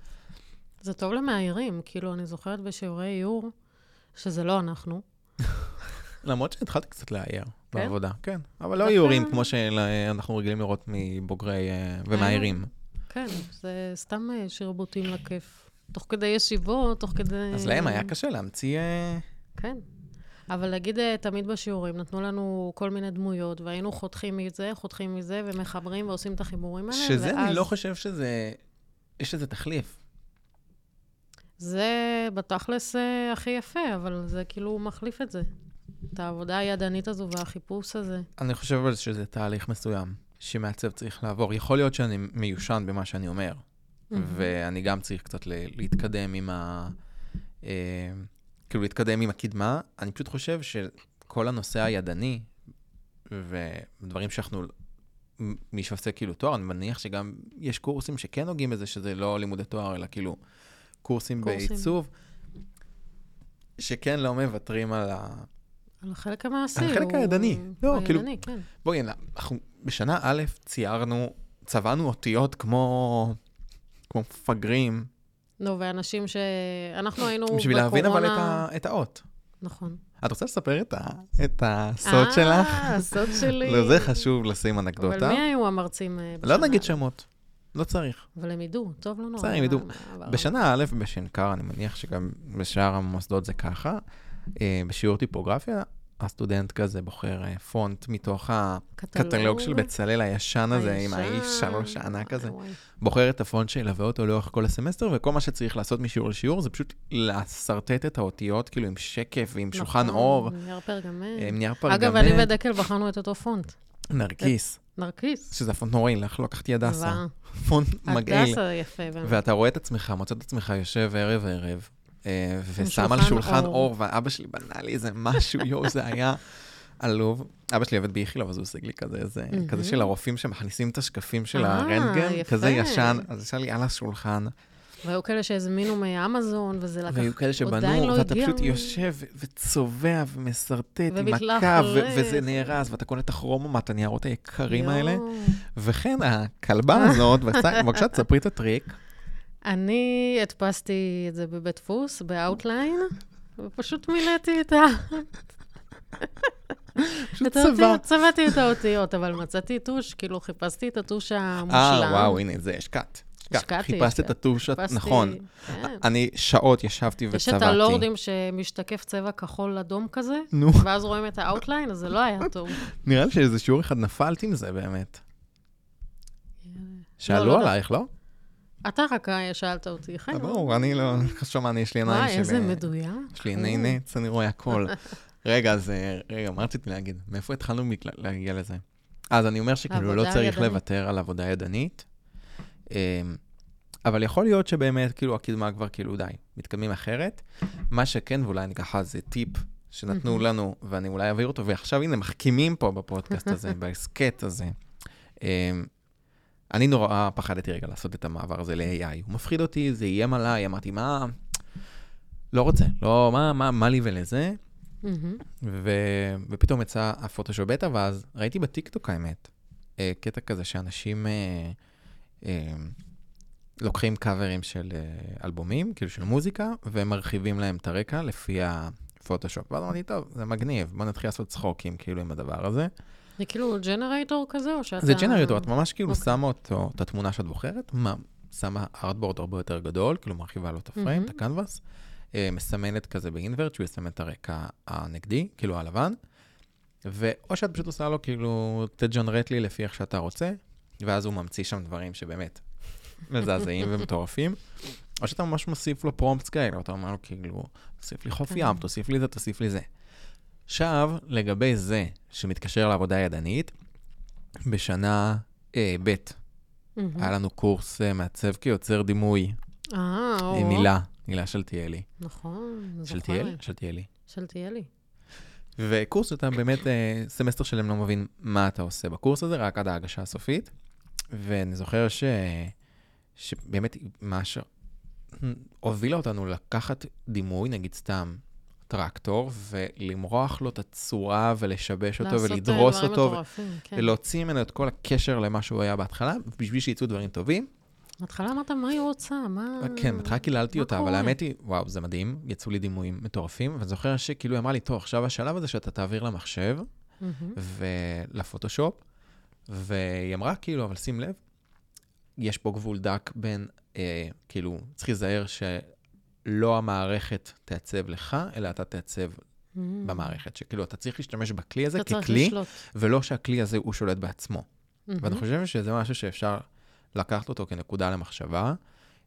S1: זה טוב למאיירים, כאילו, אני זוכרת בשיעורי איור, שזה לא אנחנו.
S2: למרות שהתחלתי קצת לאייר
S1: כן? אוקיי.
S2: בעבודה, כן. אבל לא
S1: דווקא-
S2: איורים כמו שאנחנו רגילים לראות מבוגרי אה, ומאיירים.
S1: כן, זה סתם אה, שרבוטים לכיף. תוך כדי ישיבות, תוך כדי...
S2: אז להם היה קשה להמציא... אה,
S1: כן. אבל נגיד אה, תמיד בשיעורים, נתנו לנו כל מיני דמויות, והיינו חותכים מזה, חותכים מזה, ומחברים ועושים את החיבורים האלה,
S2: שזה, אני
S1: ואז-
S2: לא חושב שזה... יש לזה תחליף.
S1: זה בתכלס אה, הכי יפה, אבל זה כאילו מחליף את זה. את העבודה הידנית הזו והחיפוש הזה.
S2: אני חושב אבל שזה תהליך מסוים שמעצב צריך לעבור. יכול להיות שאני מיושן במה שאני אומר,
S1: Mm-hmm.
S2: ואני גם צריך קצת ל- להתקדם עם ה... אה, כאילו, להתקדם עם הקדמה. אני פשוט חושב שכל הנושא הידני, ודברים שאנחנו... מי שעושה כאילו תואר, אני מניח שגם יש קורסים שכן נוגעים בזה, שזה לא לימודי תואר, אלא כאילו קורסים,
S1: קורסים.
S2: בעיצוב, שכן לא מוותרים על ה...
S1: על החלק המעשי.
S2: על החלק
S1: הוא-
S2: הידני. לא, כאילו-
S1: הידני, כן.
S2: בואי, הנה, אנחנו בשנה א' ציירנו, צבענו אותיות כמו, כמו מפגרים,
S1: נו, ואנשים ש... אנחנו היינו בקורונה...
S2: בשביל להבין אבל את, ה, את האות.
S1: נכון.
S2: את רוצה לספר את, ה, את הסוד שלך?
S1: אה, הסוד שלי.
S2: לא, זה חשוב לשים אנקדוטה.
S1: אבל מי היו המרצים אה, בשנה?
S2: לא נגיד שמות, לא צריך.
S1: אבל הם ידעו, טוב, לא נורא.
S2: בסדר, הם ידעו.
S1: אבל-
S2: בשנה א' בשנקר, אני מניח שגם בשאר המוסדות זה ככה, אה, בשיעור טיפוגרפיה, הסטודנט כזה בוחר אה, פונט מתוך הקטלוג של בצלאל הישן הזה, עם האיש
S1: הישן.
S2: שלוש הענק הזה.
S1: אה, וואי, וואי.
S2: בוחר את הפונט שילווה אותו לאורך כל הסמסטר, וכל מה שצריך לעשות משיעור לשיעור זה פשוט לשרטט את האותיות, כאילו עם שקף ועם שולחן
S1: נכון,
S2: אור, אה,
S1: נייר פרגמנט.
S2: עם נייר פרגמנט,
S1: אגב, אני ודקל בחרנו את אותו פונט.
S2: נרקיס,
S1: נרקיס.
S2: שזה פונט נוראי, לך לא לקחתי הדסה,
S1: זוועה.
S2: פונט מגעיל.
S1: הדסה יפה, באמת.
S2: ואתה רואה את עצמך, מוצא את עצמך יושב ערב ערב, אה, ושם על
S1: שולחן
S2: שולחן
S1: אור.
S2: אור, ואבא שלי בנה לי איזה משהו, יואו, זה היה עלוב. אבא שלי עובד באיכילוב, אז הוא השיג לי כזה, איזה,
S1: מהמם.
S2: כזה של הרופאים שמכניסים את השקפים של
S1: אה,
S2: הרנטגן,
S1: יפה.
S2: כזה ישן, אז ישן לי על השולחן.
S1: והיו כאלה שהזמינו מאמזון, וזה לקח...
S2: והיו כאלה שבנו,
S1: עדיין לא
S2: ואתה
S1: הגיע.
S2: פשוט יושב וצובע ומסרטט עם
S1: ומתלח
S2: הקו,
S1: על
S2: ו- וזה
S1: עץ.
S2: נהרס, ואתה קונה את הכרומומט, הניירות היקרים
S1: יואו.
S2: האלה. וכן, הכלבה הזאת, בבקשה- בבקשה תספרי את הטריק.
S1: אני הדפסתי את זה בבית דפוס, באאוטליין, ופשוט מילאתי את ה...
S2: פשוט
S1: את האותיות,
S2: צבע.
S1: צבעתי את האותיות, אבל מצאתי טוש, כאילו חיפשתי את הטוש המושלם.
S2: אה, וואו, הנה, זה השקעת.
S1: השקעתי,
S2: חיפשת את
S1: השקעתי.
S2: הטוש, הת-
S1: חיפשתי-
S2: נכון.
S1: כן. לא
S2: אני שעות ישבתי וצבעתי.
S1: יש את הלורדים שמשתקף צבע כחול אדום כזה,
S2: נו,
S1: ואז רואים את האאוטליין, אז זה לא היה טוב.
S2: נראה לי שאיזה שיעור אחד נפלת עם זה באמת. שאלו
S1: לא, לא.
S2: עלייך, לא?
S1: אתה רק שאלת אותי, חיים.
S2: אה, ברור, אני לא... חשוב מה, אני, יש לי עיניים אה,
S1: וואי,
S2: שלי.
S1: איזה מדויק.
S2: יש לי עיני נץ, אני רואה הכל. רגע, אז אה, רגע, מה רציתי להגיד? מאיפה התחלנו מק- להגיע לזה? אז אני אומר שכאילו לא
S1: עבודה
S2: צריך
S1: ידנית.
S2: לוותר על עבודה ידנית, אמ, אבל יכול להיות שבאמת, כאילו, הקדמה כבר כאילו די, מתקדמים אחרת. מה שכן, ואולי אני ככה, זה טיפ שנתנו
S1: מהמם.
S2: לנו, ואני אולי אעביר אותו, ועכשיו הנה, מחכימים פה בפודקאסט הזה, בהסכת הזה. אמ, אני נורא פחדתי רגע לעשות את המעבר הזה ל-AI. הוא מפחיד אותי, זה איים עליי, אמרתי, מה? לא רוצה, לא, מה, מה, מה לי ולזה?
S1: מהמם.
S2: ו... ופתאום יצא הפוטושופ בטא, ואז ראיתי בטיקטוק האמת, אה, קטע כזה שאנשים אה, אה, לוקחים קאברים של אה, אלבומים, כאילו של מוזיקה, ומרחיבים להם את הרקע לפי הפוטושופ. ואז אמרתי, טוב, זה מגניב, בוא נתחיל לעשות צחוקים כאילו עם הדבר הזה.
S1: זה כאילו ג'נרייטור כזה, או שאתה...
S2: זה ג'נרטור, את ממש כאילו
S1: אוקיי.
S2: שמה אותו, את התמונה שאת בוחרת, מה, שמה ארטבורד הרבה יותר גדול, כאילו מרחיבה לו את הפריים,
S1: מהמם.
S2: את הקנבאס, אה, מסמנת כזה באינברט, שהוא יסמן את הרקע הנגדי, כאילו הלבן, ואו שאת פשוט עושה לו כאילו, תג'נרט לי לפי איך שאתה רוצה, ואז הוא ממציא שם דברים שבאמת מזעזעים ומטורפים. או שאתה ממש מוסיף לו פרומפטס כאלה, אתה אומר לו כאילו, תוסיף לי חוף
S1: כן.
S2: ים, תוסיף לי זה, תוסיף לי זה. עכשיו, לגבי זה שמתקשר לעבודה ידנית, בשנה אה, ב'
S1: מהמם.
S2: היה לנו קורס אה, מעצב כיוצר דימוי,
S1: אה,
S2: אה,
S1: או.
S2: מילה, מילה שלטיאלי.
S1: נכון, זוכרת.
S2: שלטיאל? שלטיאלי.
S1: שלטיאלי.
S2: וקורס שאתה באמת, אה, סמסטר שלם לא מבין מה אתה עושה בקורס הזה, רק עד ההגשה הסופית. ואני זוכר ש... שבאמת מה שהובילה אותנו לקחת דימוי, נגיד סתם טרקטור, ולמרוח לו את הצורה ולשבש אותו
S1: לעשות, אה,
S2: ולדרוס
S1: דברים
S2: אותו,
S1: מטורפים, כן.
S2: ולהוציא ממנו את כל הקשר למה שהוא היה בהתחלה, בשביל שיצאו דברים טובים.
S1: בהתחלה אמרת, מה היא רוצה? מה...
S2: כן, בהתחלה קיללתי
S1: מה
S2: אותה, אבל
S1: קורה?
S2: האמת היא, וואו, זה מדהים, יצאו לי דימויים מטורפים, ואני זוכר שכאילו היא אמרה לי, טוב, עכשיו השלב הזה שאתה תעביר למחשב
S1: מהמם.
S2: ולפוטושופ, והיא אמרה, כאילו, אבל שים לב, יש פה גבול דק בין, אה, כאילו, צריך להיזהר שלא המערכת תעצב לך, אלא אתה תעצב
S1: מהמם.
S2: במערכת, שכאילו, אתה צריך להשתמש בכלי הזה
S1: Mm. אתה צריך
S2: ככלי,
S1: לשלוט.
S2: ולא שהכלי הזה הוא שולט בעצמו.
S1: מהמם.
S2: ואני חושב שזה משהו שאפשר לקחת אותו כנקודה למחשבה,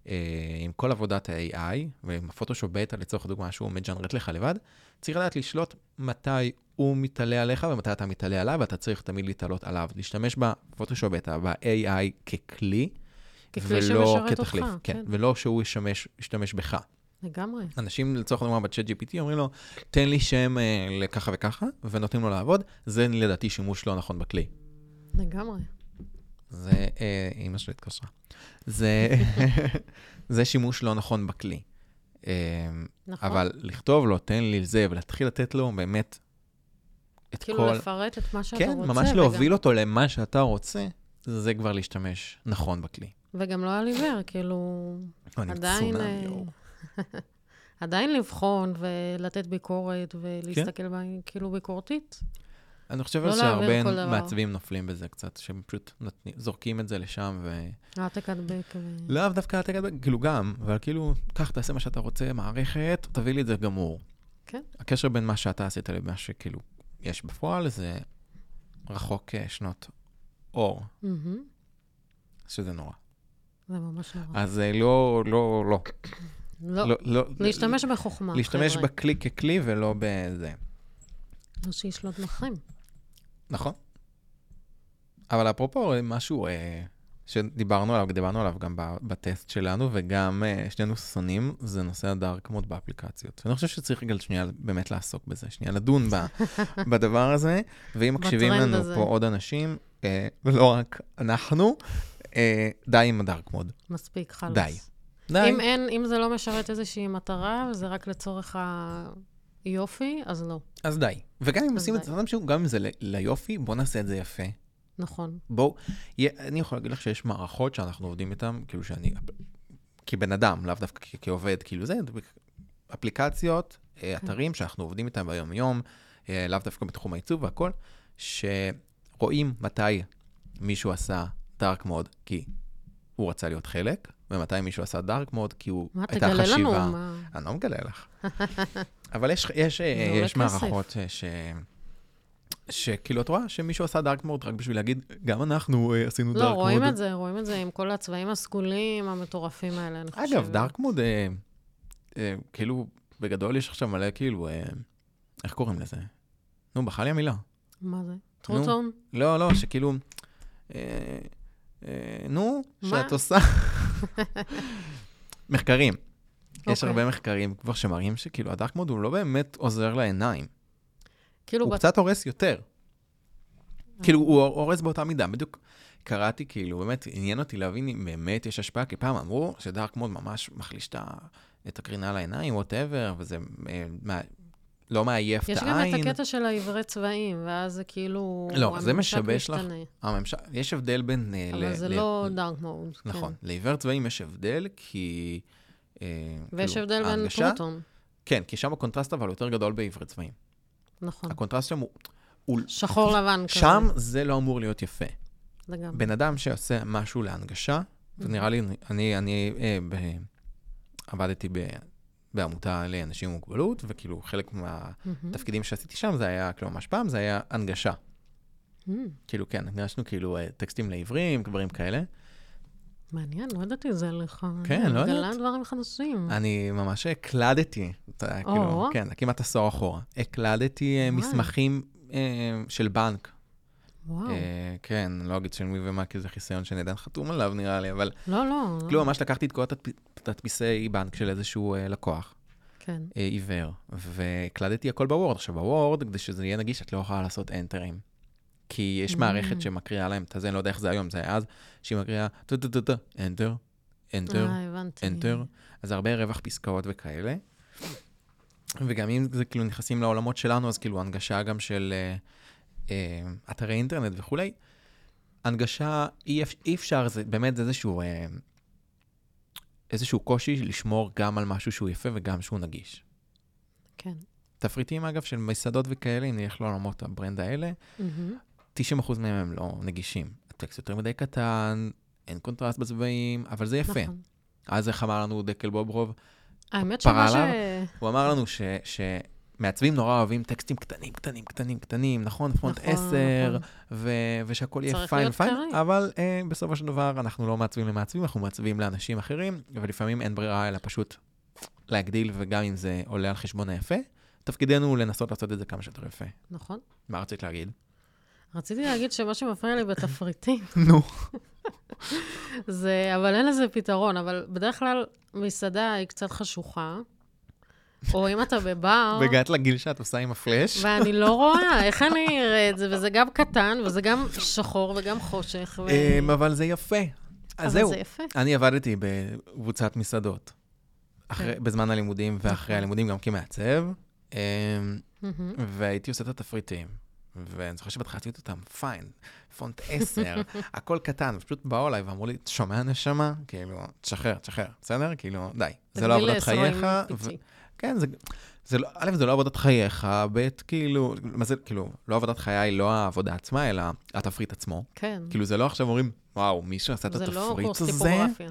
S2: אה, עם כל עבודת ה-AI, ועם הפוטושופ בטא לצורך הדוגמה שהוא מג'נרט לך לבד, צריך לדעת לשלוט מתי הוא מתעלה עליך ומתי אתה מתעלה עליו, ואתה צריך תמיד להתעלות עליו. להשתמש בפוטושופ בטא, ב-AI ככלי,
S1: ככלי
S2: ולא
S1: שמשרת
S2: כתחליף.
S1: אותך,
S2: כן,
S1: כן.
S2: ולא שהוא ישמש, ישתמש בך.
S1: לגמרי.
S2: אנשים לצורך הדוגמה בצ'אט GPT אומרים לו, תן לי שם אה, לככה וככה, ונותנים לו לעבוד, זה לדעתי שימוש לא נכון בכלי.
S1: לגמרי.
S2: זה, אה, אימא שלי התקשרה. זה, זה שימוש לא נכון בכלי. אה,
S1: נכון.
S2: אבל לכתוב לו, תן לי זה, ולהתחיל לתת לו באמת את
S1: כאילו
S2: כל...
S1: לפרט את מה שאתה
S2: כן,
S1: רוצה.
S2: ממש
S1: וגם-
S2: להוביל אותו למה שאתה רוצה, זה כבר להשתמש נכון בכלי.
S1: וגם לא על עיוור, כאילו,
S2: אני
S1: עדיין...
S2: צונאמי,
S1: אה,
S2: יואו.
S1: עדיין לבחון ולתת ביקורת
S2: כן.
S1: ולהסתכל בה, כאילו ביקורתית.
S2: אני חושב
S1: לא
S2: שהרבה
S1: להעביר כל דבר.
S2: מעצבים נופלים בזה קצת, שהם פשוט נותנים- זורקים את זה לשם ו...
S1: העתק הדבק. ו-
S2: לאו דווקא העתק הדבק, כאילו גם, אבל כאילו, קח, תעשה מה שאתה רוצה, מערכת, תביא לי את זה גמור.
S1: כן.
S2: הקשר בין מה שאתה עשית למה שכאילו יש בפועל, זה רחוק אה, שנות אור,
S1: מהמם.
S2: שזה נורא.
S1: זה ממש נורא.
S2: אז אה, לא, לא, לא.
S1: לא,
S2: לא
S1: להשתמש בחוכמה,
S2: להשתמש
S1: חבר'ה.
S2: בכלי ככלי ולא בזה.
S1: לא שישלוט בכם.
S2: נכון. אבל אפרופו, משהו אה, שדיברנו עליו, דיברנו עליו גם ב- בטסט שלנו, וגם אה, שנינו שונאים, זה נושא הדארק מוד באפליקציות. ואני חושב שצריך רגע שנייה באמת לעסוק בזה, שנייה לדון ב- בדבר הזה, ואם מקשיבים
S1: בטרנד
S2: לנו
S1: הזה.
S2: פה עוד אנשים, אה, ולא רק אנחנו, אה, די עם הדארק מוד.
S1: מספיק, חלאס.
S2: די. די.
S1: אם, אין, אם זה לא משרת איזושהי מטרה, וזה רק לצורך היופי, אז לא.
S2: אז די. וגם אם
S1: אז
S2: עושים את
S1: די.
S2: זה, גם אם זה ל- ליופי, בוא נעשה את זה יפה.
S1: נכון.
S2: בואו, יה- אני יכול להגיד לך שיש מערכות שאנחנו עובדים איתן, כאילו שאני, כבן אדם, לאו דווקא כ- כעובד, כאילו זה, אפליקציות, אה,
S1: כן.
S2: אתרים שאנחנו עובדים איתם ביום-יום, אה, לאו דווקא בתחום העיצוב והכל, שרואים מתי מישהו עשה דארק מוד כי הוא רצה להיות חלק, ומתי מישהו עשה דארק מוד כי הוא,
S1: מה,
S2: הייתה
S1: תגלה לנו
S2: חשיבה...
S1: מה...
S2: אני לא מגלה לך. אבל יש, יש, אה,
S1: זה עולה
S2: יש
S1: כסף.
S2: מערכות אה, ש... שכאילו, את רואה שמישהו עשה דארק מוד רק בשביל להגיד, גם אנחנו אה, עשינו דארק
S1: לא,
S2: מוד.
S1: רואים את זה, רואים את זה עם כל הצבעים הסגולים המטורפים האלה, אני חושבת.
S2: אגב, דארק מוד, אה, אה, כאילו, בגדול יש עכשיו מלא, כאילו, אה, איך קוראים לזה? נו, בחר לי המילה.
S1: מה זה? טרוטום?
S2: לא, לא, שכאילו, אה, אה, נו,
S1: מה?
S2: שאת עושה... מחקרים. יש
S1: אוקיי.
S2: הרבה מחקרים כבר שמראים שכאילו הדארק מוד הוא לא באמת עוזר לעיניים.
S1: כאילו,
S2: הוא
S1: בת-
S2: קצת הורס יותר. כאילו, הוא הורס באותה מידה. בדיוק קראתי, כאילו, באמת עניין אותי להבין אם באמת יש השפעה, כי פעם אמרו שדארק מוד ממש מחליש את ה- את הקרינה לעיניים, ווטאבר, וזה אה, מה- לא מעייף את
S1: יש גם
S2: העין.
S1: את הקטע של העברי צבעים, ואז זה כאילו...
S2: לא, זה
S1: הממשק
S2: משבש לך.
S1: משתנה.
S2: הממשל- יש הבדל בין... אה,
S1: אבל
S2: ל-
S1: זה
S2: ל-
S1: לא דארק מוד. כן.
S2: נכון. לעיוור צבעים יש הבדל, כי... אה,
S1: ויש
S2: כאילו,
S1: הבדל בין
S2: ההנגשה-
S1: טרוטום.
S2: כן, כי שם הקונטרסט אבל יותר גדול בעברי צבעים.
S1: נכון.
S2: הקונטרסט שם הוא... הוא-
S1: שחור לבן כזה.
S2: שם זה לא אמור להיות יפה.
S1: לגמרי.
S2: בן אדם שעושה משהו להנגשה,
S1: אוקיי.
S2: ונראה לי, אני, אני אה, ב, עבדתי ב, בעמותה לאנשים עם מוגבלות, וכאילו חלק
S1: מהמם.
S2: מהתפקידים שעשיתי שם זה היה, כאילו ממש פעם, זה היה הנגשה.
S1: מהמם.
S2: כאילו כן, הנגשנו כאילו אה, טקסטים לעברים, דברים כאלה.
S1: אוקיי. מעניין, לא ידעתי זה לך.
S2: כן, לא אה,
S1: יודעת.
S2: יודעת.
S1: גלה דברים חדשים.
S2: אני ממש הקלדתי, אתה כאילו,
S1: או.
S2: כן, כמעט עשור אחורה. הקלדתי אה,
S1: וואי.
S2: מסמכים אה, של בנק.
S1: וואו.
S2: אה, כן, לא אגיד של מי ומה, כי זה חיסיון שנדן חתום עליו נראה לי, אבל
S1: לא, לא. לא.
S2: כאילו, ממש לקחתי את כל התדפ- תדפיסי בנק של איזשהו אה, לקוח
S1: כן.
S2: אה, עיוור, והקלדתי הכל בוורד. עכשיו, בוורד, כדי שזה יהיה נגיש, את לא יכולה לעשות אנטרים. כי יש מערכת שמקריאה להם את הזה, אני לא יודע איך זה היום, זה היה אז, שהיא מקריאה טו-טו-טו-טו, אנטר, אנטר,
S1: אה, הבנתי.
S2: אנטר. אז הרבה רווח פסקאות וכאלה. וגם אם זה כאילו נכנסים לעולמות שלנו, אז כאילו הנגשה גם של אה, אה, אתרי אינטרנט וכולי. הנגשה, אי, אפ- אי אפשר, זה באמת זה איזשהו, אה, איזשהו קושי לשמור גם על משהו שהוא יפה וגם שהוא נגיש.
S1: כן.
S2: תפריטים אגב של מסעדות וכאלה, אם נלך לעולמות הברנד האלה,
S1: מהמם.
S2: 90% מהם הם לא נגישים. הטקסט יותר מדי קטן, אין קונטרסט בצבעים, אבל זה יפה.
S1: נכון.
S2: אז איך אמר לנו דקל בוברוב?
S1: האמת שמה
S2: פרה
S1: ש...
S2: עליו? הוא אמר לנו ש, מעצבים נורא אוהבים טקסטים קטנים, קטנים, קטנים, קטנים, נכון? פונט
S1: נכון,
S2: 10,
S1: נכון.
S2: ו- ושהכול יהיה
S1: צריך
S2: פיין
S1: להיות
S2: פיין,
S1: קריא.
S2: אבל אה, בסופו של דבר אנחנו לא מעצבים למעצבים, אנחנו מעצבים לאנשים אחרים, ולפעמים אין ברירה אלא פשוט להגדיל, וגם אם זה עולה על חשבון היפה, תפקידנו הוא לנסות לעשות את זה כמה שיותר יפה.
S1: נכון.
S2: מה רצית להגיד?
S1: רציתי להגיד שמה שמפריע לי בתפריטים
S2: נו.
S1: זה, אבל אין לזה פתרון, אבל בדרך כלל מסעדה היא קצת חשוכה, או אם אתה בבר,
S2: והגעת לגיל שאת עושה עם הפלאש?
S1: ואני לא רואה, איך אני אראה את זה? וזה גם קטן, וזה גם שחור וגם חושך, ו...
S2: אמ, אבל זה יפה.
S1: אבל
S2: אז זהו.
S1: זה יפה.
S2: אני עבדתי בקבוצת מסעדות. אחרי,
S1: כן.
S2: בזמן הלימודים ואחרי
S1: נכון.
S2: הלימודים גם כמעצב, אמ,
S1: מהמם.
S2: והייתי עושה את התפריטים. ואני זוכר שבהתחלה עשיתי אותם פיין, פונט 10, הכל קטן, ופשוט באו אליי ואמרו לי, "אתה שומע נשמה? כאילו, תשחרר, תשחרר, בסדר? כאילו, די, זה לא
S1: תגדיל
S2: עבודת
S1: לעשרים
S2: חייך. ו-
S1: פיצי.
S2: כן, זה, זה לא, א', זה לא עבודת חייך, ב', כאילו, מה זה, כאילו, לא עבודת חיי היא לא העבודה עצמה, אלא התפריט עצמו.
S1: כן.
S2: כאילו, זה לא עכשיו אומרים, וואו, מישהו עשה את
S1: זה
S2: התפריט הזה?
S1: לא קורס טיפוגרפיה.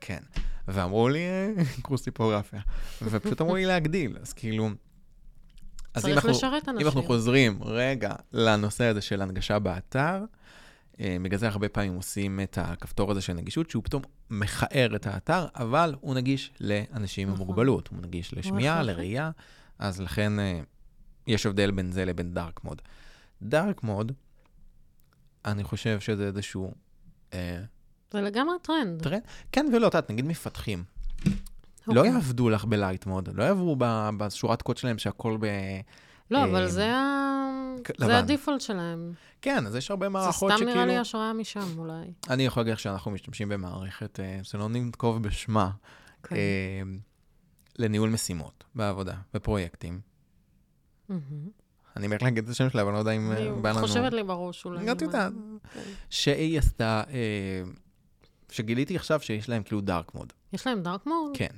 S2: כן. ואמרו לי, "אה, קורס טיפוגרפיה. ופשוט אמרו לי להגדיל, אז כאילו... אז אם
S1: צריך
S2: אנחנו,
S1: לשרת
S2: אם אנחנו
S1: אנשים.
S2: חוזרים רגע לנושא הזה של הנגשה באתר, אה, בגלל זה הרבה פעמים עושים את הכפתור הזה של נגישות, שהוא פתאום מכער את האתר, אבל הוא נגיש לאנשים עם
S1: נכון.
S2: מוגבלות, הוא נגיש לשמיעה,
S1: הכרחי.
S2: לראייה, אז לכן אה, יש הבדל בין זה לבין דארק מוד. דארק מוד, אני חושב שזה איזשהו... אה,
S1: זה לגמרי טרנד.
S2: טרנד. כן ולא, את יודעת, נגיד מפתחים. לא
S1: אוקיי.
S2: יעבדו לך בלייט מוד, לא יעברו ב- בשורת קוד שלהם שהכל ב...
S1: לא,
S2: אה,
S1: אבל זה ה-
S2: ק- לבן.
S1: זה הדיפולט שלהם.
S2: כן, אז יש הרבה
S1: זה
S2: מערכות
S1: סתם
S2: שכאילו...
S1: נראה לי השראה משם אולי.
S2: אני יכול להגיד לך שאנחנו משתמשים במערכת, אה, שלא ננקוב בשמה,
S1: כן.
S2: אה, לניהול משימות בעבודה, בפרויקטים.
S1: מהמם.
S2: אני מת להגיד את השם שלה, אבל אני לא יודע אם אה, בא
S1: אני
S2: לנו...
S1: חושבת לי בראש אולי.
S2: את יודעת.
S1: כן.
S2: שהיא עשתה, אה, שגיליתי עכשיו שיש להם כאילו דארק מוד.
S1: יש להם דארק מוד?
S2: כן.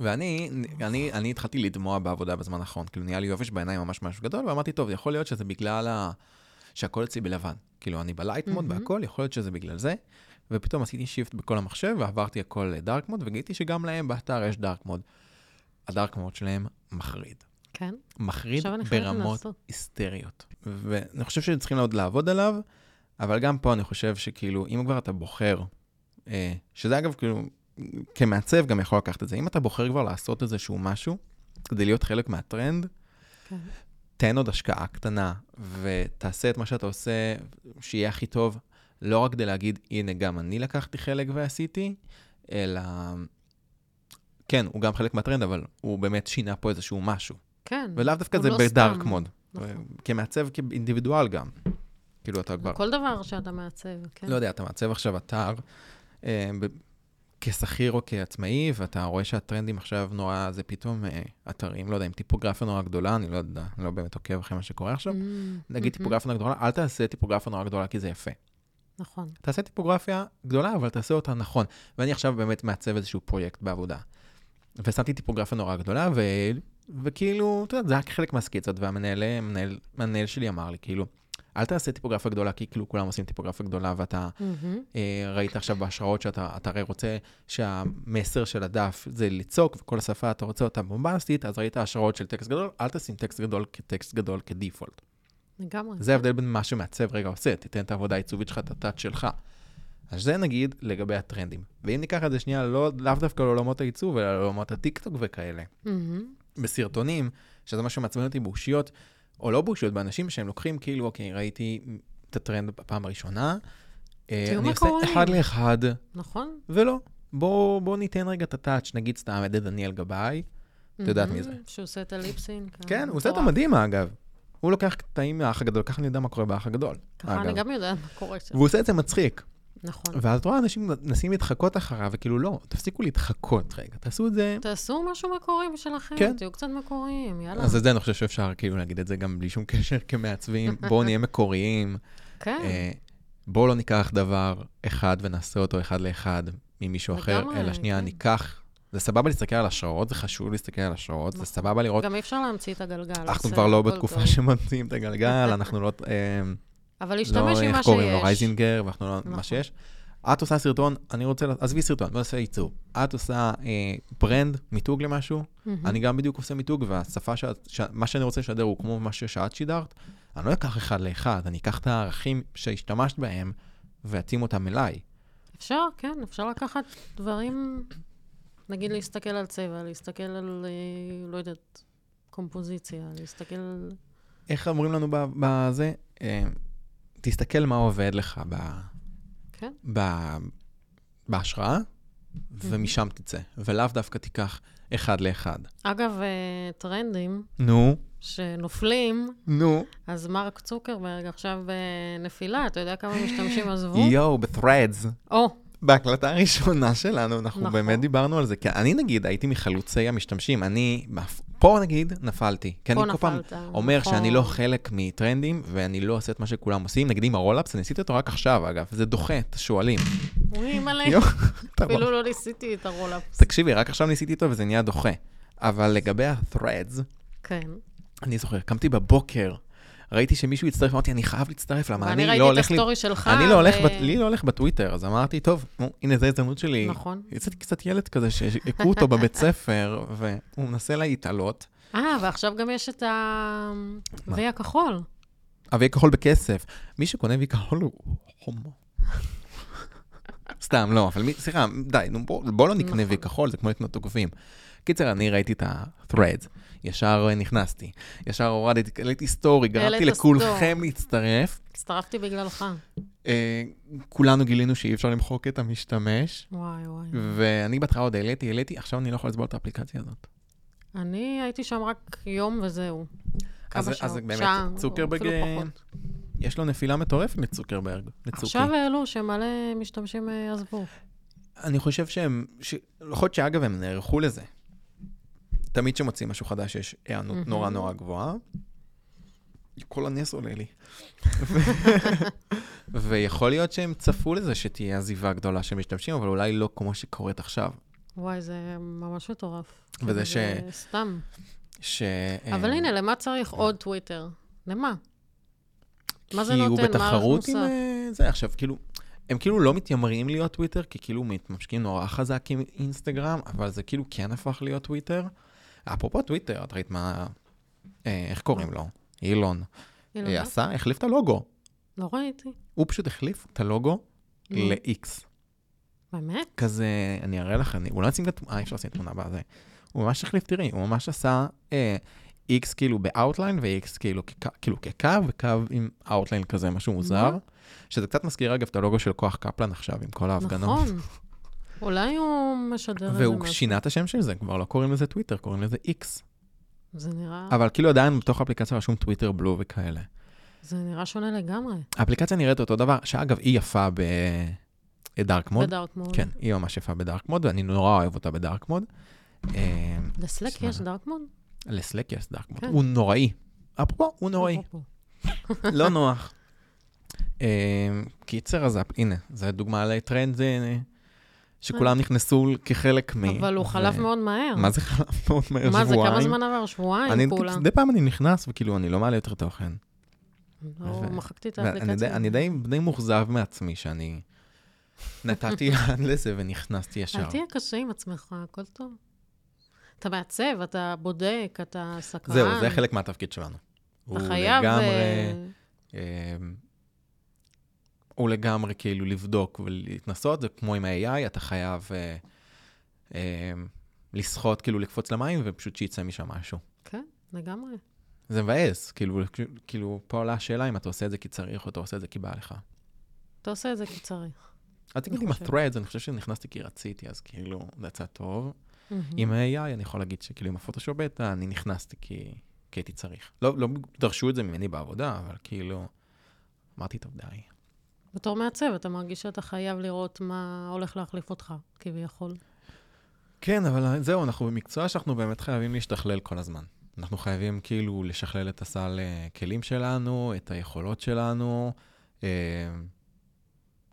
S2: ואני אני, אני התחלתי לדמוע בעבודה בזמן האחרון, כאילו נהיה לי יובש בעיניים ממש משהו גדול, ואמרתי, טוב, יכול להיות שזה בגלל ה... שהכל אצלי בלבן. כאילו, אני בלייט מוד
S1: מהמם.
S2: והכל, יכול להיות שזה בגלל זה. ופתאום עשיתי שיפט בכל המחשב, ועברתי הכל לדארק מוד, וגיליתי שגם להם באתר יש דארק מוד. הדארק מוד שלהם מחריד.
S1: כן.
S2: מחריד
S1: עכשיו אני חייבת
S2: ברמות
S1: לעשות.
S2: היסטריות. ואני חושב שצריכים עוד לעבוד עליו, אבל גם פה אני חושב שכאילו, אם כבר אתה בוחר, אה, שזה אגב, כאילו, כמעצב גם יכול לקחת את זה, אם אתה בוחר כבר לעשות איזשהו משהו, כדי להיות חלק מהטרנד,
S1: כן.
S2: תן עוד השקעה קטנה, ותעשה את מה שאתה עושה, שיהיה הכי טוב, לא רק כדי להגיד, הנה, גם אני לקחתי חלק ועשיתי, אלא... כן, הוא גם חלק מהטרנד, אבל הוא באמת שינה פה איזשהו משהו.
S1: כן.
S2: ולאו דווקא
S1: הוא
S2: זה
S1: לא
S2: בדארק
S1: סתם.
S2: מוד. אה,
S1: נכון.
S2: כמעצב, כאינדיבידואל גם. כאילו, אתה כבר,
S1: כל דבר שאתה מעצב, כן.
S2: לא יודע, אתה מעצב עכשיו אתר אה, ב- כשכיר או כעצמאי, ואתה רואה שהטרנדים עכשיו נורא, זה פתאום אה, אתרים, לא יודע, עם טיפוגרפיה נורא גדולה, אני לא יודע, אני לא באמת עוקב אחרי מה שקורה עכשיו.
S1: מהמם.
S2: נגיד
S1: מהמם.
S2: טיפוגרפיה נורא גדולה, אל תעשה טיפוגרפיה נורא גדולה, כי זה יפה.
S1: נכון.
S2: תעשה טיפוגרפיה גדולה, אבל תעשה אותה נכון. ואני עכשיו באמת מעצב איזשהו פרויקט בעבודה. ושמתי טיפוגרפיה נורא גדולה, ו... וכאילו, אתה יודע, זה היה חלק מהסקיצות, והמנהל המנהל, המנהל שלי אמר לי, כאילו, אל תעשה טיפוגרפיה גדולה, כי כאילו כולם עושים טיפוגרפיה גדולה, ואתה
S1: מהמם.
S2: אה, ראית עכשיו בהשראות שאתה אתה הרי רוצה שהמסר של הדף זה לצעוק, וכל השפה אתה רוצה אותה בומבסטית, אז ראית השראות של טקסט גדול, אל תשים טקסט גדול כטקסט גדול כדיפולט.
S1: לגמרי.
S2: זה ההבדל בין מה שמעצב רגע עושה, תיתן את העבודה העיצובית שלך, את הטאט שלך. אז זה נגיד לגבי הטרנדים. ואם ניקח את זה שנייה, לא, לאו דווקא לעולמות העיצוב, אלא לעולמות הטיקטוק וכאלה.
S1: מהמם.
S2: בסרטונים, שזה מה שמעצבן אותי באושיות, או לא באושיות, באנשים שהם לוקחים כאילו, אוקיי, ראיתי את הטרנד בפעם הראשונה, אה,
S1: תראו
S2: אני
S1: מה
S2: עושה
S1: קורה.
S2: אחד לאחד,
S1: נכון.
S2: ולא. בואו בוא ניתן רגע את הטאץ', נגיד סתם את דניאל גבאי, את יודעת מי זה.
S1: מהמם. שהוא עושה את הליפסין.
S2: כן, הוא עושה את
S1: אה, מטורף.
S2: המדהים אגב. הוא לוקח קטעים מהאח הגדול, ככה אני יודע מה קורה באח הגדול.
S1: ככה אני
S2: אגב.
S1: גם יודעת מה קורה שם.
S2: והוא עושה את זה מצחיק.
S1: נכון.
S2: ואז את רואה אנשים מנסים להתחקות אחריו, וכאילו לא, תפסיקו להתחקות רגע, תעשו את זה.
S1: תעשו משהו מקורי משלכם,
S2: כן.
S1: תהיו קצת מקוריים, יאללה.
S2: אז את זה אני חושב שאפשר כאילו להגיד את זה גם בלי שום קשר כמעצבים. בואו נהיה מקוריים,
S1: כן,
S2: אה, בואו לא ניקח דבר אחד ונעשה אותו אחד לאחד ממישהו אחר,
S1: לגמרי,
S2: אלא שנייה
S1: כן.
S2: ניקח. זה סבבה להסתכל על השראות, זה חשוב להסתכל על השראות, זה
S1: נכון.
S2: סבבה לראות.
S1: גם אי אפשר להמציא את הגלגל.
S2: אנחנו
S1: בסדר,
S2: כבר לא
S1: הכל
S2: בתקופה
S1: טוב.
S2: שממציאים את הגלגל, אנחנו לא... אה,
S1: אבל
S2: לא,
S1: להשתמש עם מה
S2: איך קוראים לו
S1: שיש.
S2: רייזינגר, ואנחנו לא... מה
S1: נכון.
S2: שיש. את עושה סרטון, אני רוצה, לע- עזבי סרטון, בוא נעשה ייצור. את עושה אה, ברנד, מיתוג למשהו,
S1: מהמם.
S2: אני גם בדיוק עושה מיתוג, והשפה ש... ש... מה שאני רוצה לשדר הוא כמו מה שאת שידרת, אני לא אקח אחד לאחד, אני אקח את הערכים שהשתמשת בהם ואתאים אותם אליי.
S1: אפשר, כן, אפשר לקחת דברים, נגיד להסתכל על צבע, להסתכל על, אה, לא יודעת, קומפוזיציה, להסתכל על...
S2: איך אומרים לנו ב- בזה? אה, תסתכל מה עובד לך ב...
S1: כן.
S2: ב... בהשראה,
S1: Mm-hmm.
S2: ומשם תצא, ולאו דווקא תיקח אחד לאחד.
S1: אגב, אה, טרנדים
S2: נו,
S1: שנופלים,
S2: נו.
S1: אז מרק צוקרברג עכשיו בנפילה, אתה יודע כמה משתמשים עזבו?
S2: יואו, ב-threads.
S1: או,
S2: בהקלטה הראשונה שלנו, אנחנו
S1: נכון.
S2: באמת דיברנו על זה, כי אני נגיד הייתי מחלוצי המשתמשים, אני, בפ- פה נגיד נפלתי, כי אני
S1: פה
S2: כל פעם
S1: נפלת.
S2: אומר
S1: נכון.
S2: שאני לא חלק מטרנדים, ואני לא עושה את מה שכולם עושים, נגיד עם הרולאפס, אני עשיתי אותו רק עכשיו אגב, זה דוחה את השועלים.
S1: אוי, מלא,
S2: יואו, אתה בא-
S1: אפילו לא ניסיתי את הרולאפס.
S2: תקשיבי, רק עכשיו ניסיתי אותו וזה נהיה דוחה. אבל לגבי ה-threads,
S1: כן.
S2: אני זוכר, קמתי בבוקר, ראיתי שמישהו הצטרף, אמרתי, אני חייב להצטרף, למה
S1: ואני
S2: אני
S1: ראיתי
S2: לא
S1: את
S2: הולך לי...
S1: הסטורי שלך.
S2: אני לא הולך,
S1: ו-
S2: בט- לי לא הולך בטוויטר, אז אמרתי, טוב, נו, הנה, זו ההזדמנות שלי.
S1: נכון.
S2: יצאתי קצת ילד כזה שהכו אותו בבית ספר, והוא מנסה להתעלות.
S1: אה, ועכשיו גם יש את ה...
S2: מה?
S1: וי הכחול.
S2: אבי כחול בכסף. מי שקונה אבי כחול הוא הומו. סתם, לא, אבל מי, סליחה, די, נו, בוא, בוא לא נקנה
S1: נכון.
S2: אבי כחול, זה כמו לקנות תוקפים. קיצר, אני ראיתי את ה-threads, ישר אה, נכנסתי, ישר הורדתי, העליתי סטורי, גרמתי
S1: העלית
S2: לכולכם
S1: סטורי.
S2: להצטרף.
S1: הצטרפתי בגללך.
S2: אה, כולנו גילינו שאי אפשר למחוק את המשתמש,
S1: וואי, וואי.
S2: ואני בהתחלה עוד העליתי, העליתי, עכשיו אני לא יכול לסבול את האפליקציה הזאת.
S1: אני הייתי שם רק יום וזהו. כמה
S2: אז- אז
S1: שעות.
S2: באמת,
S1: שעה,
S2: צוקרברג,
S1: אפילו
S2: אה,
S1: פחות.
S2: יש לו נפילה מטורפת מצוקרברג, לצוקי.
S1: עכשיו העלו שמלא משתמשים אה, עזבו.
S2: אני חושב שהם, ש... יכול להיות שאגב, הם נערכו לזה. תמיד כשמוצאים משהו חדש, יש היענות
S1: מהמם.
S2: נורא נורא גבוהה. כל הנס עולה לי. ויכול להיות שהם צפו לזה שתהיה עזיבה גדולה של משתמשים, אבל אולי לא כמו שקורית עכשיו.
S1: וואי, זה ממש מטורף.
S2: וזה
S1: כאילו,
S2: ש-
S1: זה סתם.
S2: ש...
S1: אבל
S2: אה,
S1: הנה, למה צריך עוד טוויטר? למה? מה זה
S2: כי הוא
S1: נותן? מה ערך
S2: בתחרות עם
S1: מוסף?
S2: אה, זה. עכשיו, כאילו, הם כאילו לא מתיימרים להיות טוויטר, כי כאילו מתמשקים נורא חזק עם אינסטגרם, אבל זה כאילו כן הפך להיות טוויטר. אפרופו טוויטר, את ראית מה... אה, איך קוראים לו? אילון.
S1: הנה,
S2: אה,
S1: כאילו, מה?
S2: עשה, החליף את הלוגו.
S1: לא ראיתי.
S2: הוא פשוט החליף את הלוגו
S1: נו.
S2: ל-X.
S1: באמת?
S2: כזה, אני אראה לך, אני- הוא לא ישים את התמונה, אי אפשר לשים תמונה בזה. הוא ממש החליף, תראי, הוא ממש עשה אה, X כאילו באאוטליין ו-X כאילו, כק- כאילו כקו, וקו עם אאוטליין כזה, משהו מוזר.
S1: מה?
S2: שזה קצת מזכיר אגב את הלוגו של כוח קפלן עכשיו, עם כל ההפגנות.
S1: נכון. אולי הוא משדר איזה
S2: והוא
S1: משהו.
S2: שינה את השם של זה, כבר לא קוראים לזה טוויטר, קוראים לזה X.
S1: זה נראה...
S2: אבל כאילו עדיין בתוך האפליקציה רשום טוויטר בלו וכאלה.
S1: זה נראה שונה לגמרי.
S2: האפליקציה נראית אותו דבר, שאגב, היא יפה בדארק מוד.
S1: בדארק מוד.
S2: כן, היא ממש יפה בדארק מוד, ואני נורא אוהב אותה בדארק מוד. אה,
S1: לסלק יש דארק מוד?
S2: לסלק יש דארק מוד,
S1: כן.
S2: הוא נוראי. אפרופו, הוא נוראי,
S1: אפרופו.
S2: לא נוח. אה, קיצר, אז אפ- הנה, זו דוגמה לטרנד אה, שכולם נכנסו כחלק מ...
S1: אה. אבל הוא
S2: ו-
S1: חלף מאוד מהר.
S2: מה זה חלף מאוד מהר?
S1: מה זה, כמה
S2: שבועיים?
S1: זמן עבר?
S2: אני-
S1: שבועיים פעולה.
S2: מדי פעם אני נכנס, וכאילו, אני לא מעלה יותר תוכן.
S1: לא,
S2: ו-
S1: מחקתי את
S2: ואני די-
S1: האפליקציה.
S2: אני די די מאוכזב מעצמי שאני נתתי יד לזה ונכנסתי ישר.
S1: אל תהיה קשה עם עצמך, הכל טוב. אתה מעצב, אתה בודק, אתה סקרן.
S2: זהו, זה חלק מהתפקיד שלנו. הוא
S1: אתה חייב...
S2: לגמרי,
S1: אה,
S2: אמ, הוא לגמרי כאילו לבדוק ולהתנסות, זה כמו עם ה-AI, אתה חייב אה, אמ, לשחות, כאילו לקפוץ למים ופשוט שיצא משם משהו.
S1: כן, לגמרי.
S2: זה מבאס, כאילו, כאילו, פה עולה השאלה אם אתה עושה את זה כי צריך או אתה עושה את זה כי בא לך.
S1: אתה עושה את זה כי צריך.
S2: אז תגיד
S1: אני
S2: עם
S1: חושבת.
S2: ה-threads, אני חושב שנכנסתי כי רציתי, אז כאילו, זה יצא טוב.
S1: מהמם.
S2: עם ה-AI, אני יכול להגיד שכאילו עם הפוטושופ בטא, אני נכנסתי כי, כי הייתי צריך. לא, לא דרשו את זה ממני בעבודה, אבל כאילו, אמרתי, טוב, די.
S1: בתור מעצב, אתה מרגיש שאתה חייב לראות מה הולך להחליף אותך, כביכול.
S2: כן, אבל זהו, אנחנו במקצוע שאנחנו באמת חייבים להשתכלל כל הזמן. אנחנו חייבים כאילו לשכלל את הסל אה, כלים שלנו, את היכולות שלנו, אה,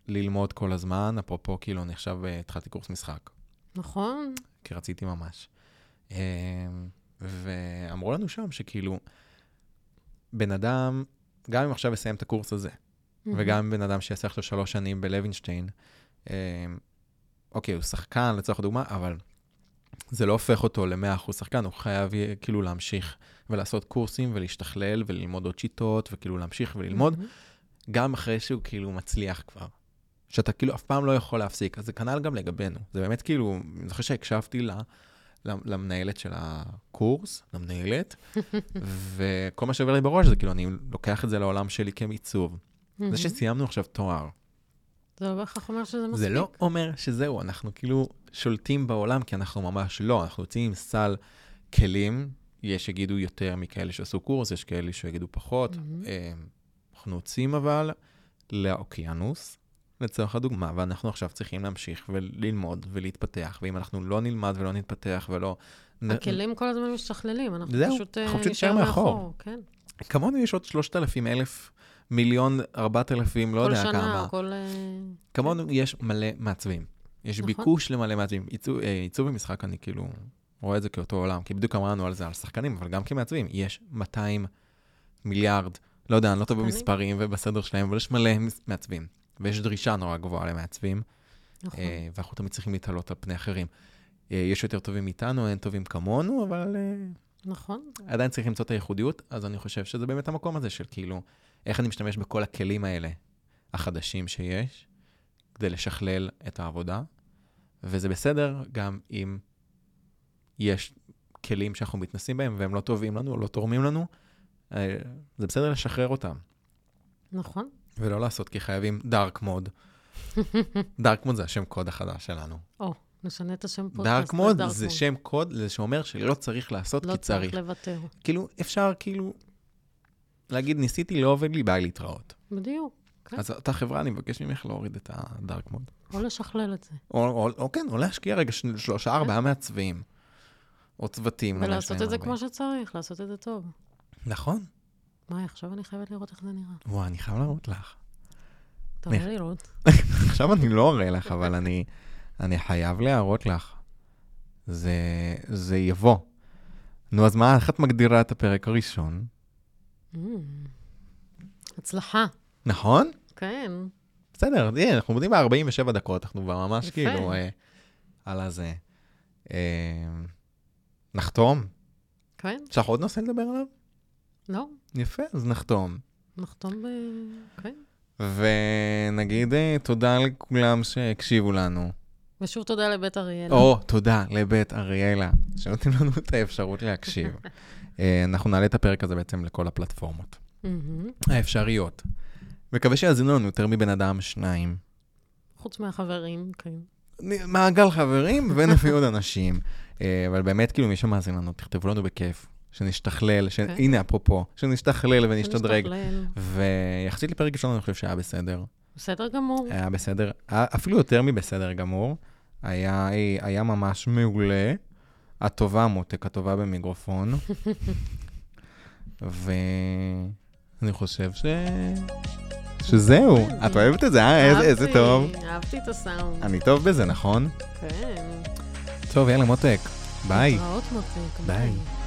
S2: ללמוד כל הזמן. אפרופו, כאילו, אני עכשיו אה, התחלתי קורס משחק,
S1: נכון?
S2: כי רציתי ממש. אה, ואמרו לנו שם שכאילו, בן אדם,
S1: Mm-hmm.
S2: גם אם עכשיו יסיים את הקורס הזה, וגם בן אדם שיעשה עכשיו שלוש שנים בלוינשטיין, אה, אוקיי, הוא שחקן לצורך הדוגמה, אבל זה לא הופך אותו ל-100% שחקן, הוא חייב יהיה, כאילו להמשיך ולעשות קורסים ולהשתכלל וללמוד עוד שיטות, וכאילו להמשיך וללמוד,
S1: מהמם.
S2: גם אחרי שהוא כאילו מצליח כבר. שאתה כאילו אף פעם לא יכול להפסיק. אז זה כנ"ל גם לגבינו. זה באמת כאילו, אני זוכר שהקשבתי לה, למ- למנהלת של הקורס, למנהלת, וכל מה שעובר לי בראש זה כאילו, אני לוקח את זה לעולם שלי כמיצוב.
S1: מהמם.
S2: זה שסיימנו עכשיו תואר,
S1: זה לא בהכרח אומר שזה מספיק.
S2: זה לא אומר שזהו, אנחנו כאילו שולטים בעולם, כי אנחנו ממש לא, אנחנו יוצאים עם סל כלים, יש שיגידו יותר מכאלה שעשו קורס, יש כאלה שיגידו פחות.
S1: מהמם.
S2: אה, אנחנו יוצאים אבל לאוקיינוס, לצורך הדוגמה, ואנחנו עכשיו צריכים להמשיך וללמוד ולהתפתח, ואם אנחנו לא נלמד ולא נתפתח ולא... נ-
S1: הכלים כל הזמן משתכללים, אנחנו
S2: אה, זהו,
S1: פשוט אה,
S2: אנחנו פשוט
S1: נשאר
S2: נשאר מאחור.
S1: מאחור. כן.
S2: כמונו יש עוד 3,000 אלף, מיליון, 4,000, לא
S1: כל
S2: יודע
S1: שנה,
S2: כמה.
S1: כל... אה,
S2: כמונו יש מלא מעצבים. יש
S1: נכון.
S2: ביקוש למלא מעצבים. עיצוב- אה, עיצוב ומשחק, אני כאילו רואה את זה כאותו עולם, כי בדיוק אמרנו על זה, על שחקנים, אבל גם כמעצבים. יש 200 מיליארד, לא יודע, אני לא טוב
S1: שחקנים.
S2: במספרים ובסדר שלהם, אבל יש מלא מס- מעצבים. ויש דרישה נורא גבוהה למעצבים,
S1: נכון.
S2: אה, ואנחנו תמיד צריכים להתעלות על פני אחרים. אה, יש יותר טובים מאיתנו, אין טובים כמונו, אבל אה,
S1: נכון.
S2: עדיין צריך למצוא את הייחודיות, אז אני חושב שזה באמת המקום הזה של כאילו, איך אני משתמש בכל הכלים האלה, החדשים שיש, כדי לשכלל את העבודה, וזה בסדר גם אם יש כלים שאנחנו מתנסים בהם והם לא טובים לנו, לא תורמים לנו, אה, זה בסדר לשחרר אותם,
S1: נכון.
S2: ולא לעשות, כי חייבים דארק מוד. דארק מוד זה השם קוד החדש שלנו.
S1: או, נשנה את השם פודקאסט.
S2: דארק מוד
S1: לדארק
S2: זה
S1: מוד.
S2: שם קוד זה שאומר שלא צריך לעשות
S1: לא
S2: כי צריך.
S1: צריך לוותר.
S2: כאילו, אפשר כאילו להגיד, ניסיתי, לא עובד לי, ביי להתראות.
S1: בדיוק. כן.
S2: אז אותה חברה, אני מבקש ממך להוריד את הדארק מוד.
S1: או לשכלל את זה.
S2: או, או, או כן, או להשקיע רגע של- שלושה, ארבעה מעצבים. או צוותים. לא יודע, יש
S1: כן. ולעשות
S2: להם
S1: את זה
S2: הרבה.
S1: כמו שצריך, לעשות את זה טוב.
S2: נכון.
S1: מאי, עכשיו אני חייבת לראות איך זה נראה.
S2: וואי, אני חייב להראות לך.
S1: תראה לי לראות.
S2: עכשיו אני לא אראה לך, אבל אני, אני חייב להראות לך. זה, זה יבוא. נו, אז מה, איך את מגדירה את הפרק הראשון?
S1: אמ, הצלחה.
S2: נכון?
S1: כן.
S2: בסדר, תראי, אנחנו עומדים ב-47 דקות, אנחנו כבר ממש
S1: יפה.
S2: כאילו אה, על הזה. אה, נחתום.
S1: כן.
S2: יש לך עוד נושא לדבר עליו?
S1: לא,
S2: יפה, אז נחתום.
S1: נחתום ב... כן.
S2: ונגיד אה, תודה לכולם שהקשיבו לנו.
S1: ושוב תודה לבית אריאל.
S2: או, תודה לבית אריאלה, שנותנים לנו את האפשרות להקשיב. אה, אנחנו נעלה את הפרק הזה בעצם לכל הפלטפורמות
S1: מהמם.
S2: האפשריות. מקווה שיאזינו לנו יותר מבן אדם שניים.
S1: חוץ מהחברים, כן.
S2: נ- מעגל חברים ונביא עוד אנשים. אה, אבל באמת, כאילו, מי שמאזין לנו, תכתבו לנו בכיף, שנשתכלל, ש-
S1: כן.
S2: הנה אפרופו, שנשתכלל ונשתדרג.
S1: נשתכלל.
S2: ויחסית לפרק ראשון, אני חושב שהיה בסדר.
S1: בסדר גמור.
S2: היה בסדר, אה, אפילו יותר מבסדר גמור. היה, אה, היה ממש מעולה. הטובה מותק, הטובה במיקרופון. ואני חושב ש... שזהו. את אוהבת את זה, אה? איזה- איזה
S1: אהבתי,
S2: טוב.
S1: אהבתי את הסאונד.
S2: אני טוב בזה, נכון?
S1: כן.
S2: é טוב, יאללה, מותק. ביי.
S1: התראות מותק.
S2: ביי.
S1: ביי.